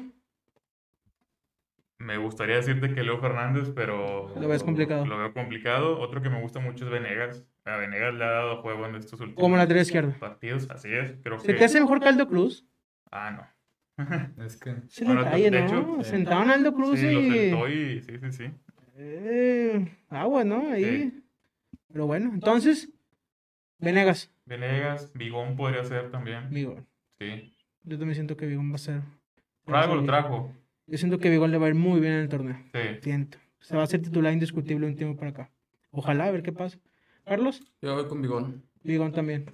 Speaker 5: Me gustaría decirte que Leo Fernández, pero
Speaker 2: lo ves complicado.
Speaker 5: lo veo complicado. Otro que me gusta mucho es Venegas. A Venegas le ha dado juego en estos últimos
Speaker 2: Como lateral izquierdo.
Speaker 5: partidos. Así es, creo
Speaker 2: ¿Se
Speaker 5: que.
Speaker 2: te hace mejor que Aldo Cruz?
Speaker 5: Ah, no.
Speaker 3: Es que...
Speaker 2: Se
Speaker 5: Ahora,
Speaker 2: detalle,
Speaker 5: de
Speaker 2: ¿no?
Speaker 5: hecho, sí.
Speaker 2: Sentaron a Aldo Cruz
Speaker 5: Sí, lo sentó
Speaker 2: y.
Speaker 5: y. Sí, sí, sí.
Speaker 2: Eh, agua, ¿no? Ahí.
Speaker 5: Sí.
Speaker 2: Pero bueno, entonces. Venegas,
Speaker 5: Venegas, Bigón podría ser también.
Speaker 2: Vigón.
Speaker 5: Sí.
Speaker 2: Yo también siento que Vigón va a ser.
Speaker 5: Por algo lo trajo.
Speaker 2: Yo siento que Vigón le va a ir muy bien en el torneo.
Speaker 5: Sí.
Speaker 2: Siento. Se va a ser titular indiscutible un tiempo para acá. Ojalá, a ver qué pasa. Carlos,
Speaker 6: Yo voy con Bigón.
Speaker 2: Vigón también.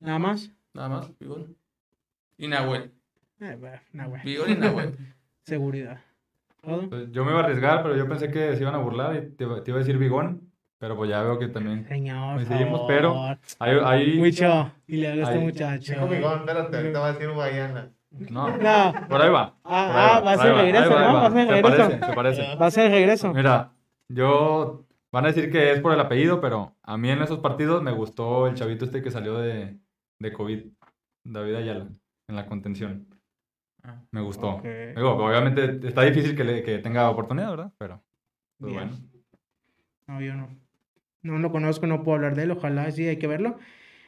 Speaker 2: Nada más.
Speaker 6: Nada más, Bigón. Y Nahuel.
Speaker 2: Eh, bah, nah, güey.
Speaker 6: Bigón y Nahuel.
Speaker 2: Seguridad. ¿Rodo?
Speaker 3: Pues, yo me iba a arriesgar, pero yo pensé que se iban a burlar y te, te iba a decir Bigón. Pero pues ya veo que también...
Speaker 2: Señor,
Speaker 3: Pues
Speaker 2: por
Speaker 3: seguimos, pero-
Speaker 2: favor.
Speaker 3: Hay, hay-
Speaker 2: Mucho. Y le hago a este
Speaker 3: Ahí.
Speaker 2: muchacho.
Speaker 4: Chico Migón, espérate, ahorita va a decir Guayana.
Speaker 3: No,
Speaker 2: No.
Speaker 3: por ahí va. por ahí
Speaker 2: Ah, ah, va a
Speaker 3: por ahí
Speaker 2: ser regreso,
Speaker 3: ahí va,
Speaker 2: ¿no? Va a
Speaker 3: ahí
Speaker 2: ser
Speaker 3: va. Se
Speaker 2: regreso.
Speaker 3: parece, se parece.
Speaker 2: Va a ser regreso.
Speaker 3: Mira, yo... Van a decir que es por el apellido, pero a mí en esos partidos me gustó el chavito este que salió de, de COVID. David Ayala, en la contención.
Speaker 5: Ah.
Speaker 3: Me gustó.
Speaker 2: Ok.
Speaker 3: Digo, obviamente está difícil que, le- que tenga oportunidad, ¿verdad? Pero pues,
Speaker 2: Bien.
Speaker 3: bueno.
Speaker 2: No, yo no. No lo conozco, no puedo hablar de él. Ojalá sí, hay que verlo.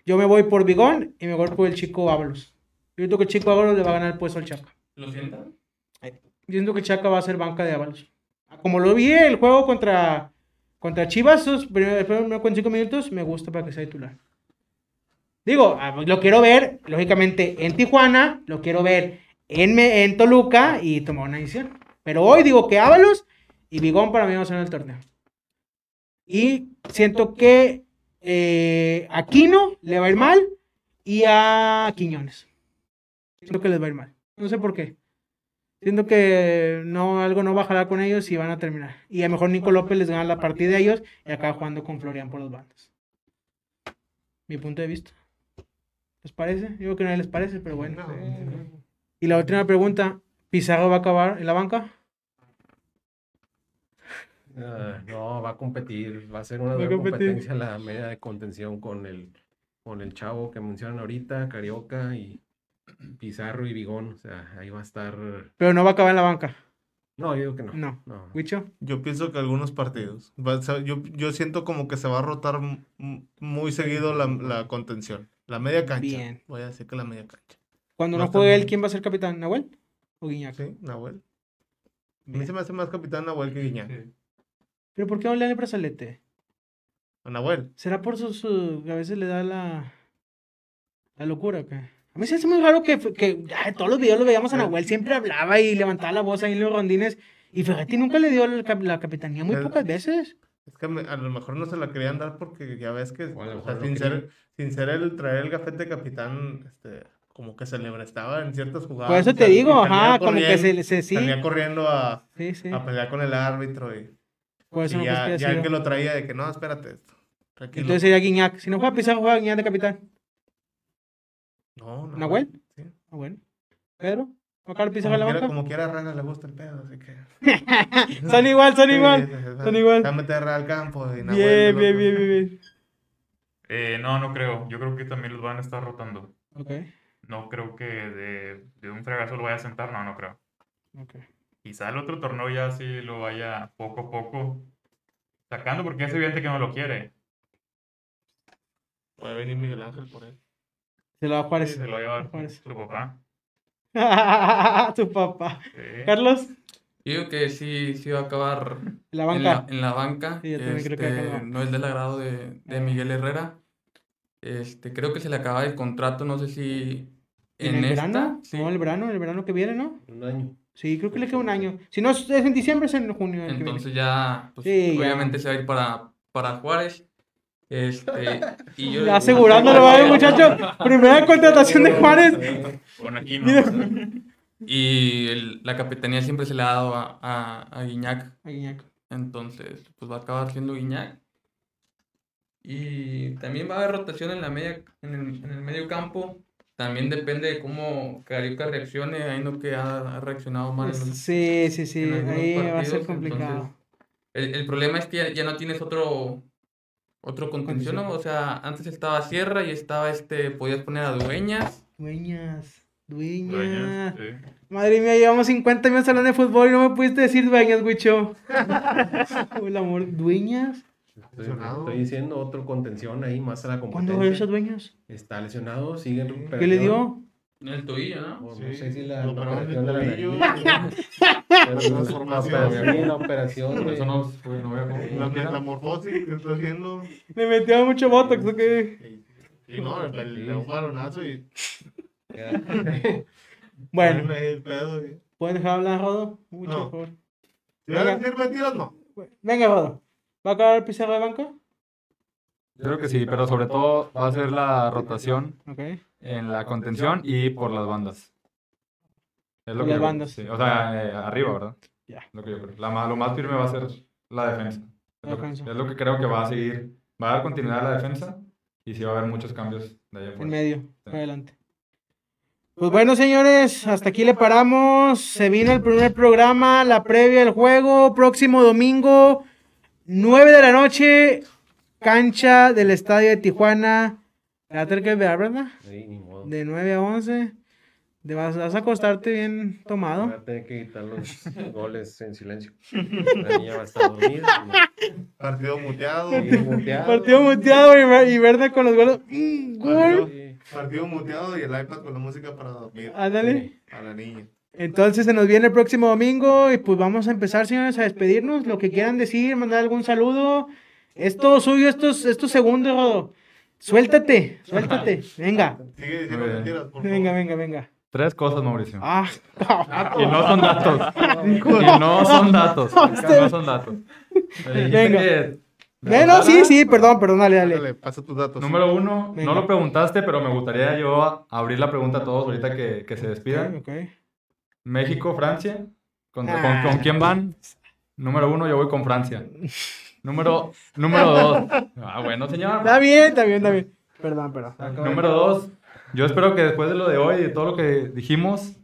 Speaker 2: Yo me voy por Vigón y me voy por el chico Ábalos. Yo creo que el chico Ábalos le va a ganar el puesto al Chaca.
Speaker 6: ¿Lo sientan?
Speaker 2: Yo siento que Chaca va a ser banca de Ábalos. Como lo vi el juego contra Contra Chivas, sus primeros, con cinco minutos, me gusta para que sea titular. Digo, ah, lo quiero ver, lógicamente, en Tijuana, lo quiero ver en, Me- en Toluca y tomar una decisión. Pero hoy digo que Ábalos y Bigón para mí van a ganar el torneo. Y siento que eh, a Aquino le va a ir mal y a Quiñones. Siento que les va a ir mal. No sé por qué. Siento que no, algo no va a jalar con ellos y van a terminar. Y a lo mejor Nico López les gana la partida a ellos y acaba jugando con Florian por los bandas. Mi punto de vista. ¿Les parece? Yo creo que no les parece, pero bueno. Y la última pregunta, ¿Pizarro va a acabar en la banca?
Speaker 7: Ah, no, va a competir, va a ser una
Speaker 2: Va a
Speaker 7: dura
Speaker 2: competir.
Speaker 7: competencia la media de contención con el, con el chavo que mencionan ahorita, Carioca y Pizarro y Bigón. O sea, ahí va a estar.
Speaker 2: Pero no va a acabar en la banca.
Speaker 7: No, yo digo que no.
Speaker 2: No.
Speaker 7: no.
Speaker 2: ¿Huicho?
Speaker 4: Yo pienso que algunos partidos. va a ser- yo, yo siento como que se va a rotar m- m- muy seguido la, la contención. La media cancha.
Speaker 2: Bien.
Speaker 4: Voy a decir que la media cancha.
Speaker 2: Cuando
Speaker 4: Va a
Speaker 2: no
Speaker 4: estar
Speaker 2: juegue él,
Speaker 4: muy-
Speaker 2: ¿quién va a ser capitán? ¿Nahuel o Guiñac?
Speaker 4: Sí, Nahuel. A mí
Speaker 2: Bien.
Speaker 4: se me hace más capitán Nahuel que Guiñac.
Speaker 2: ¿Pero por qué no le dan el brazalete?
Speaker 4: A Nahuel.
Speaker 2: ¿Será por sus su- que a veces le da la, la locura o qué? A mí se hace muy raro que, que ay, todos los videos lo veíamos a Nahuel, siempre hablaba y levantaba la voz ahí en los rondines. Y Ferretti nunca le dio la, cap- la capitanía muy
Speaker 4: El-
Speaker 2: pocas veces.
Speaker 4: Es que me- a lo mejor no se la querían dar porque ya ves que,
Speaker 7: O a lo
Speaker 4: o
Speaker 7: mejor
Speaker 4: sea,
Speaker 7: lo
Speaker 4: sin,
Speaker 7: querían.
Speaker 4: ser, sin ser el traer el gafete de capitán, este, como que se le prestaba en ciertas jugadas.
Speaker 2: Por eso
Speaker 4: y
Speaker 2: te
Speaker 4: sal- Ah, pues, y
Speaker 2: digo,
Speaker 4: salía
Speaker 2: ajá, como que
Speaker 4: corriendo-
Speaker 2: se, se sí,
Speaker 4: Salía corriendo a, a
Speaker 2: sí, sí.
Speaker 4: pelear con el árbitro y,
Speaker 2: Por eso
Speaker 4: y
Speaker 2: no
Speaker 4: ah, pues, ya,
Speaker 2: crees que haya
Speaker 4: ya el
Speaker 2: sido.
Speaker 4: que lo traía de que no, espérate. Tranquilo.
Speaker 2: Entonces sería Guiñac. Si no juega Pizarro, juega Guiñac de capitán.
Speaker 4: no, Nahuel.
Speaker 2: ¿Nahuel?
Speaker 4: Sí.
Speaker 2: Ah, bueno. ¿Pedro? ¿Va a acabar Pizarro
Speaker 4: Como
Speaker 2: en la
Speaker 4: quiera,
Speaker 2: banca?
Speaker 4: como quiera a Herrera le gusta el pedo, así que.
Speaker 2: Son igual, son
Speaker 4: Sí,
Speaker 2: igual.
Speaker 4: sí, sí, sí.
Speaker 2: son igual.
Speaker 4: Se va a meter Herrera al campo y Nahuel
Speaker 2: Bien,
Speaker 4: el
Speaker 2: bien,
Speaker 4: otro.
Speaker 2: bien, bien, bien.
Speaker 5: Eh, no, no creo. Yo creo que también los van a estar rotando.
Speaker 2: Ok,
Speaker 5: No creo que de, de un fregazo lo vaya a sentar. No, no creo.
Speaker 2: ok.
Speaker 5: Quizá el otro torneo ya sí lo vaya poco a poco sacando porque es evidente que no lo quiere.
Speaker 4: Puede venir Miguel Ángel por él.
Speaker 2: Se lo va a Juárez.
Speaker 5: Se lo va a llevar
Speaker 2: Juárez.
Speaker 5: su papá.
Speaker 2: tu papá.
Speaker 5: Sí.
Speaker 2: Carlos,
Speaker 6: Yo digo que sí, sí va a acabar
Speaker 2: la
Speaker 6: en la,
Speaker 2: banca.
Speaker 6: en la banca.
Speaker 2: Sí, yo también creo que va a
Speaker 6: este,
Speaker 2: acabar.
Speaker 6: no es del agrado de,
Speaker 2: Eh.
Speaker 6: de Miguel Herrera. Este, creo que se le acaba el contrato, no sé si
Speaker 2: ¿En,
Speaker 6: en
Speaker 2: el verano?
Speaker 6: esta, sí,
Speaker 2: No, el verano, el verano que viene, ¿no?
Speaker 7: Un año.
Speaker 2: Sí, creo que le queda un año. Si no es es en diciembre, es en junio. el que viene.
Speaker 6: Entonces ya, pues,
Speaker 2: Sí, ya.
Speaker 6: obviamente se va a ir para, para Juárez. Este, y yo
Speaker 2: Ya Asegurándolo, ¿vale, muchacho? Primera contratación de Juárez.
Speaker 5: Con aquí no.
Speaker 2: Mira.
Speaker 6: Y el- la capitanía siempre se le ha dado a, a, a Guiñac.
Speaker 2: A Guiñac.
Speaker 6: Entonces, pues va a acabar siendo Guiñac. Y también va a haber rotación en la media, en el, en el medio campo. También depende de cómo Carioca reaccione. Ahí no que ha, ha reaccionado mal. en los-
Speaker 2: Sí, sí, sí.
Speaker 6: en algunos
Speaker 2: Ahí va a ser
Speaker 6: partidos,
Speaker 2: complicado.
Speaker 6: entonces, el, el problema es que ya, ya no tienes otro otro contención, ¿no? O sea, antes estaba Sierra y estaba este, podías poner a Dueñas.
Speaker 2: Dueñas.
Speaker 5: Dueñas, eh.
Speaker 2: Dueñas.
Speaker 5: sí.
Speaker 2: Madre mía, llevamos 50 minutos hablando de fútbol y no me pudiste decir dueñas, güicho. Por el amor, dueñas.
Speaker 7: Estoy,
Speaker 4: Lesionado.
Speaker 7: estoy diciendo otro contención ahí más a la
Speaker 2: ¿Cuándo
Speaker 7: competencia.
Speaker 2: regresa dueñas?
Speaker 7: Está lesionado, sigue en
Speaker 2: ¿Qué le
Speaker 7: recuperación.
Speaker 2: dio?
Speaker 6: El tobillo, ¿no?
Speaker 7: O
Speaker 4: Sí,
Speaker 7: no sé si la,
Speaker 4: lo
Speaker 7: la
Speaker 4: operaron de
Speaker 7: operación de la
Speaker 4: tobillo,
Speaker 7: nariz, pero la-
Speaker 4: transformación.
Speaker 7: la- sí, la operación
Speaker 3: Por
Speaker 7: de-
Speaker 3: eso no, pues, no voy a comer.
Speaker 4: La metamorfosis que está haciendo.
Speaker 2: Le metió mucho botox, ¿o qué?
Speaker 4: Y no, el, el, un balonazo y.
Speaker 2: Bueno,
Speaker 4: El pedo. y-
Speaker 2: ¿pueden dejar hablar, Rodo? Mucho,
Speaker 4: No.
Speaker 2: por favor.
Speaker 4: Si van a decir mentiras, no.
Speaker 2: Pues, Venga, Rodo. ¿Va a acabar el pizarro de banca?
Speaker 3: Yo creo que sí, pero sobre todo va a ser la rotación
Speaker 2: Ok.
Speaker 3: en la contención y por las bandas. Es lo
Speaker 2: Por las
Speaker 3: que yo creo,
Speaker 2: bandas.
Speaker 3: sí. O sea, eh, arriba, ¿verdad?
Speaker 2: Ya.
Speaker 3: Lo que yo creo. La ma- lo más firme va a ser la defensa. Es lo, que,
Speaker 2: Defensa.
Speaker 3: es lo que creo que va a seguir. Va a dar continuidad a la defensa y sí va a haber muchos cambios de allá
Speaker 2: En
Speaker 3: afuera.
Speaker 2: medio, para adelante. Pues bueno, señores, hasta aquí le paramos. Se vino el primer programa, la previa del juego. Próximo domingo, 9 de la noche, cancha del Estadio de Tijuana. La va a tener que ver, ¿verdad?
Speaker 7: Sí, ni modo.
Speaker 2: De 9 a 11. Te vas, vas a acostarte bien tomado.
Speaker 7: Voy a tener que gritar los goles en silencio. La niña va a estar dormida.
Speaker 4: Partido muteado.
Speaker 7: y- y muteada.
Speaker 2: Partido muteado y, ver- y verde con los goles. Mm, gol. Ah.
Speaker 4: Partido muteado y el iPad con la música para dormir
Speaker 2: Ándale.
Speaker 4: a la niña.
Speaker 2: Entonces se nos viene el próximo domingo y pues vamos a empezar, señores, a despedirnos. Lo que quieran decir, mandar algún saludo. Es todo suyo estos, estos segundos, Rodo. Suéltate, suéltate. Venga,
Speaker 4: Sigue diciendo
Speaker 3: Muy bien.
Speaker 4: mentiras, por favor.
Speaker 2: venga, venga, venga.
Speaker 3: Tres cosas, Mauricio.
Speaker 2: Ah,
Speaker 3: Y no son datos. Y no son datos.
Speaker 2: este-
Speaker 3: No son datos. Me dijiste
Speaker 2: Venga.
Speaker 3: Eh, que-
Speaker 2: no, no, sí, sí, perdón, perdón, dale, dale.
Speaker 4: Dale, pasa tus datos.
Speaker 3: Número uno,
Speaker 2: Venga.
Speaker 3: no lo preguntaste, pero me gustaría yo a- abrir la pregunta a todos ahorita que, que se
Speaker 2: Ok,
Speaker 3: despidan.
Speaker 2: ok.
Speaker 3: México, Francia. ¿Contra-
Speaker 2: Ah.
Speaker 3: con, con quién van? Número uno, yo voy con Francia. Número, número dos. Ah, bueno, señor.
Speaker 2: Está bien, está bien, está bien. Perdón, perdón.
Speaker 3: Número dos, yo espero que después de lo de hoy, de todo lo que dijimos,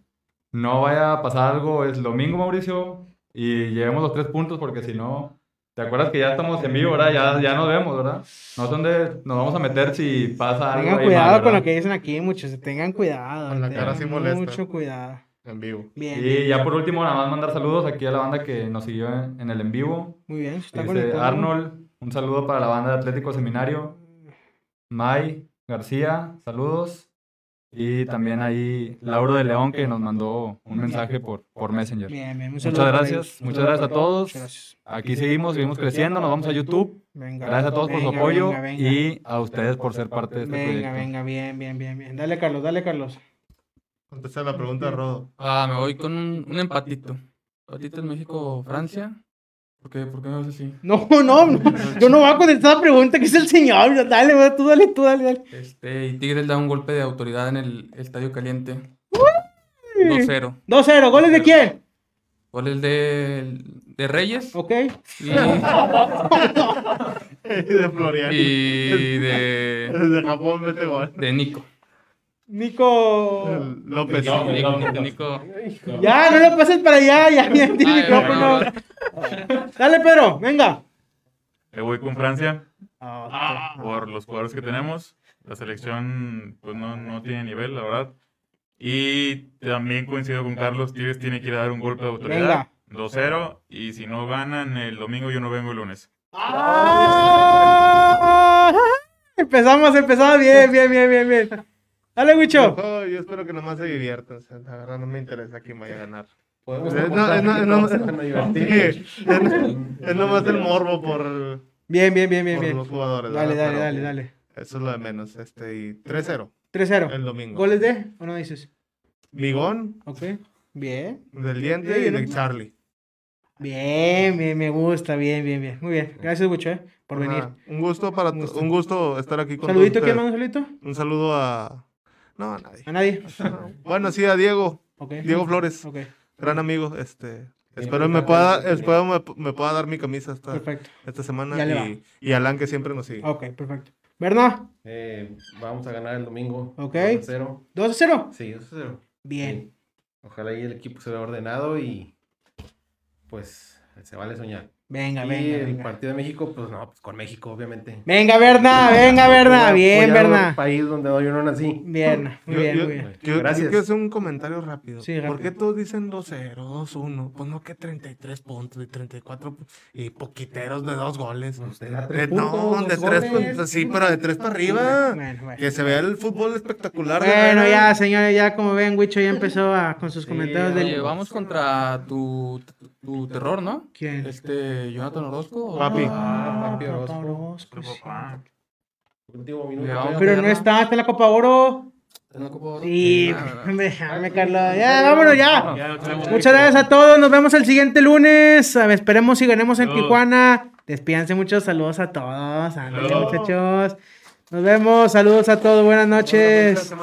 Speaker 3: no vaya a pasar algo el domingo, Mauricio, y llevemos los tres puntos, porque si no, ¿te acuerdas que ya estamos en vivo, ¿verdad? Ya, ya nos vemos, ¿verdad? No sé dónde nos vamos a meter si pasa algo.
Speaker 2: Tengan
Speaker 3: ahí
Speaker 2: cuidado
Speaker 3: mal,
Speaker 2: con lo
Speaker 3: ¿verdad?
Speaker 2: que dicen aquí, muchachos. Tengan cuidado.
Speaker 4: Con la cara
Speaker 2: tengan
Speaker 4: sí molesta.
Speaker 2: Mucho cuidado.
Speaker 4: En vivo.
Speaker 2: Bien,
Speaker 3: Y ya por último, nada más mandar saludos aquí a la banda que nos siguió en, en el en vivo.
Speaker 2: muy bien. Está
Speaker 3: Dice
Speaker 2: conectado.
Speaker 3: Arnold, un saludo para la banda de Atlético Seminario. May García, saludos. Y también ahí Lauro de León que nos mandó un mensaje por, por Messenger.
Speaker 2: Bien, bien. un
Speaker 3: Muchas
Speaker 2: saludo para
Speaker 3: gracias,
Speaker 2: ellos.
Speaker 3: muchas gracias a todos.
Speaker 2: Muchas gracias.
Speaker 3: Aquí seguimos, seguimos creciendo, nos vamos a YouTube.
Speaker 2: Venga.
Speaker 3: Gracias a todos por su
Speaker 2: Venga,
Speaker 3: apoyo
Speaker 2: venga, venga.
Speaker 3: y a ustedes por ser parte de este
Speaker 2: Venga,
Speaker 3: proyecto.
Speaker 2: venga, bien, bien, bien, bien. Dale, Carlos, dale, Carlos.
Speaker 4: Contesta la pregunta, Rodo.
Speaker 6: Ah, me voy con un, un empatito. Empatito en México, Francia. ¿Por qué, ¿Por qué me ves así?
Speaker 2: No, no, no, yo no voy a contestar la pregunta que es el señor. Dale, va, tú dale, tú dale, dale.
Speaker 6: Este, y Tigres da un golpe de autoridad en el estadio caliente. 2-0.
Speaker 2: 2-0, ¿goles de quién?
Speaker 6: Gol el de, de Reyes
Speaker 2: Ok.
Speaker 6: y,
Speaker 4: de Florian.
Speaker 6: y de,
Speaker 4: Desde Japón mete gol.
Speaker 6: de Nico.
Speaker 2: Nico.
Speaker 4: López.
Speaker 6: De Nico, de Nico.
Speaker 2: Ya, no lo pases para allá, ya, ya, tiene
Speaker 6: Ay,
Speaker 2: micrófono.
Speaker 6: bueno,
Speaker 2: Dale, Pedro, venga.
Speaker 5: Eh, voy con Francia Ah,
Speaker 3: Ah,
Speaker 5: por los jugadores que tenemos. La selección pues no, no tiene nivel, la verdad. Y también coincido con Carlos, Tigres tiene que ir a dar un golpe de autoridad. 2-0 y si no ganan el domingo yo no vengo el lunes.
Speaker 2: Ah, empezamos, empezamos bien, bien, bien, bien, bien. Dale, Wicho.
Speaker 4: Yo, yo espero que nomás se diviertan. O sea, la verdad no me interesa quién vaya a ganar.
Speaker 7: Podemos
Speaker 4: No,
Speaker 7: apostar
Speaker 4: no,
Speaker 7: que
Speaker 4: no,
Speaker 7: todos se
Speaker 4: no.
Speaker 7: van a
Speaker 4: Sí,
Speaker 7: divertir.
Speaker 4: es, es nomás el morbo por,
Speaker 2: Bien, bien, bien, bien,
Speaker 4: por
Speaker 2: bien.
Speaker 4: los jugadores.
Speaker 2: Dale,
Speaker 4: ¿verdad?
Speaker 2: dale, dale,
Speaker 4: Pero
Speaker 2: dale.
Speaker 4: Eso es lo de menos. Este, y 3-0
Speaker 2: 3-0.
Speaker 4: el domingo.
Speaker 2: ¿Goles de? ¿O no dices?
Speaker 4: Bigón,
Speaker 2: Ok. Bien.
Speaker 4: del diente y de Charlie.
Speaker 2: Bien, bien, me gusta, bien, bien, bien. Muy bien. Gracias, Wicho, eh, por venir.
Speaker 4: Ajá. Un gusto para
Speaker 2: Un gusto.
Speaker 4: un gusto estar aquí con todos
Speaker 2: ¿Saludito? ¿Quién
Speaker 4: ustedes.
Speaker 2: manda un saludito?
Speaker 4: Un saludo a. No, a nadie.
Speaker 2: ¿A nadie?
Speaker 4: Bueno, sí, a Diego.
Speaker 2: Ok.
Speaker 4: Diego Flores,
Speaker 2: Ok,
Speaker 4: gran amigo. Este. Espero me pueda, espero me, me pueda dar mi camisa esta,
Speaker 2: perfecto.
Speaker 4: esta semana.
Speaker 2: Ya le va.
Speaker 4: Y, y Alan que siempre nos sigue.
Speaker 2: Ok, perfecto. Berna,
Speaker 7: Eh, vamos a ganar el domingo.
Speaker 2: Ok.
Speaker 7: 0
Speaker 2: 2-0.
Speaker 7: Sí, 2-0.
Speaker 2: Bien.
Speaker 7: Sí. Ojalá y el equipo se vea ordenado y pues se vale soñar.
Speaker 2: Venga,
Speaker 7: y
Speaker 2: venga.
Speaker 7: el
Speaker 2: Venga,
Speaker 7: partido de México, pues no, pues con México, obviamente.
Speaker 2: venga Berna, venga, Berna.
Speaker 7: Voy a
Speaker 2: Bien,
Speaker 7: apoyar a un
Speaker 2: Berna.
Speaker 7: país donde yo no nací.
Speaker 2: Bien, muy
Speaker 4: Yo-
Speaker 2: bien,
Speaker 4: yo-
Speaker 2: muy bien.
Speaker 4: yo- yo
Speaker 7: Gracias.
Speaker 4: quiero hacer un comentario rápido.
Speaker 2: Sí,
Speaker 4: ¿Por
Speaker 2: rápido.
Speaker 4: qué todos dicen 2-0, 2-1? Pues no que 33 puntos y 34 pu- y poquiteros de dos goles.
Speaker 2: Pues
Speaker 7: Usted da
Speaker 4: De-
Speaker 7: tres
Speaker 4: no,
Speaker 7: puntos,
Speaker 4: de
Speaker 7: dos
Speaker 4: tres,
Speaker 7: goles.
Speaker 4: pues, sí, pero de tres para arriba.
Speaker 2: Bueno, bueno.
Speaker 4: Que se vea el fútbol espectacular. de
Speaker 2: Bueno,
Speaker 4: veras.
Speaker 2: ya, señores, ya como ven, Wicho ya empezó a- con sus
Speaker 7: Sí,
Speaker 2: comentarios
Speaker 7: ya
Speaker 6: Oye,
Speaker 2: del...
Speaker 7: llegó.
Speaker 6: vamos contra tu, tu, terror, ¿no?
Speaker 2: ¿Quién?
Speaker 6: Este, Jonathan Orozco. ¿o?
Speaker 4: Papi.
Speaker 7: Ah,
Speaker 2: Ah,
Speaker 7: papi
Speaker 2: Papá
Speaker 7: Orozco.
Speaker 2: Orozco, sí.
Speaker 5: Papá.
Speaker 7: Último minuto.
Speaker 6: Ya vamos.
Speaker 2: Pero no está, está en la Copa Oro.
Speaker 6: ¿Te lo ocupo ahora?
Speaker 2: Sí,
Speaker 6: Ah, ah,
Speaker 2: déjame, Carlos. Ya, vámonos ya.
Speaker 5: Ya,
Speaker 2: Muchas gracias a todos. Nos vemos el siguiente lunes. A ver, esperemos si ganemos en
Speaker 5: Saludos.
Speaker 2: Tijuana. Despídanse muchos saludos a todos. Ándale,
Speaker 5: Saludos.
Speaker 2: muchachos. Nos vemos. Saludos a todos. Buenas noches.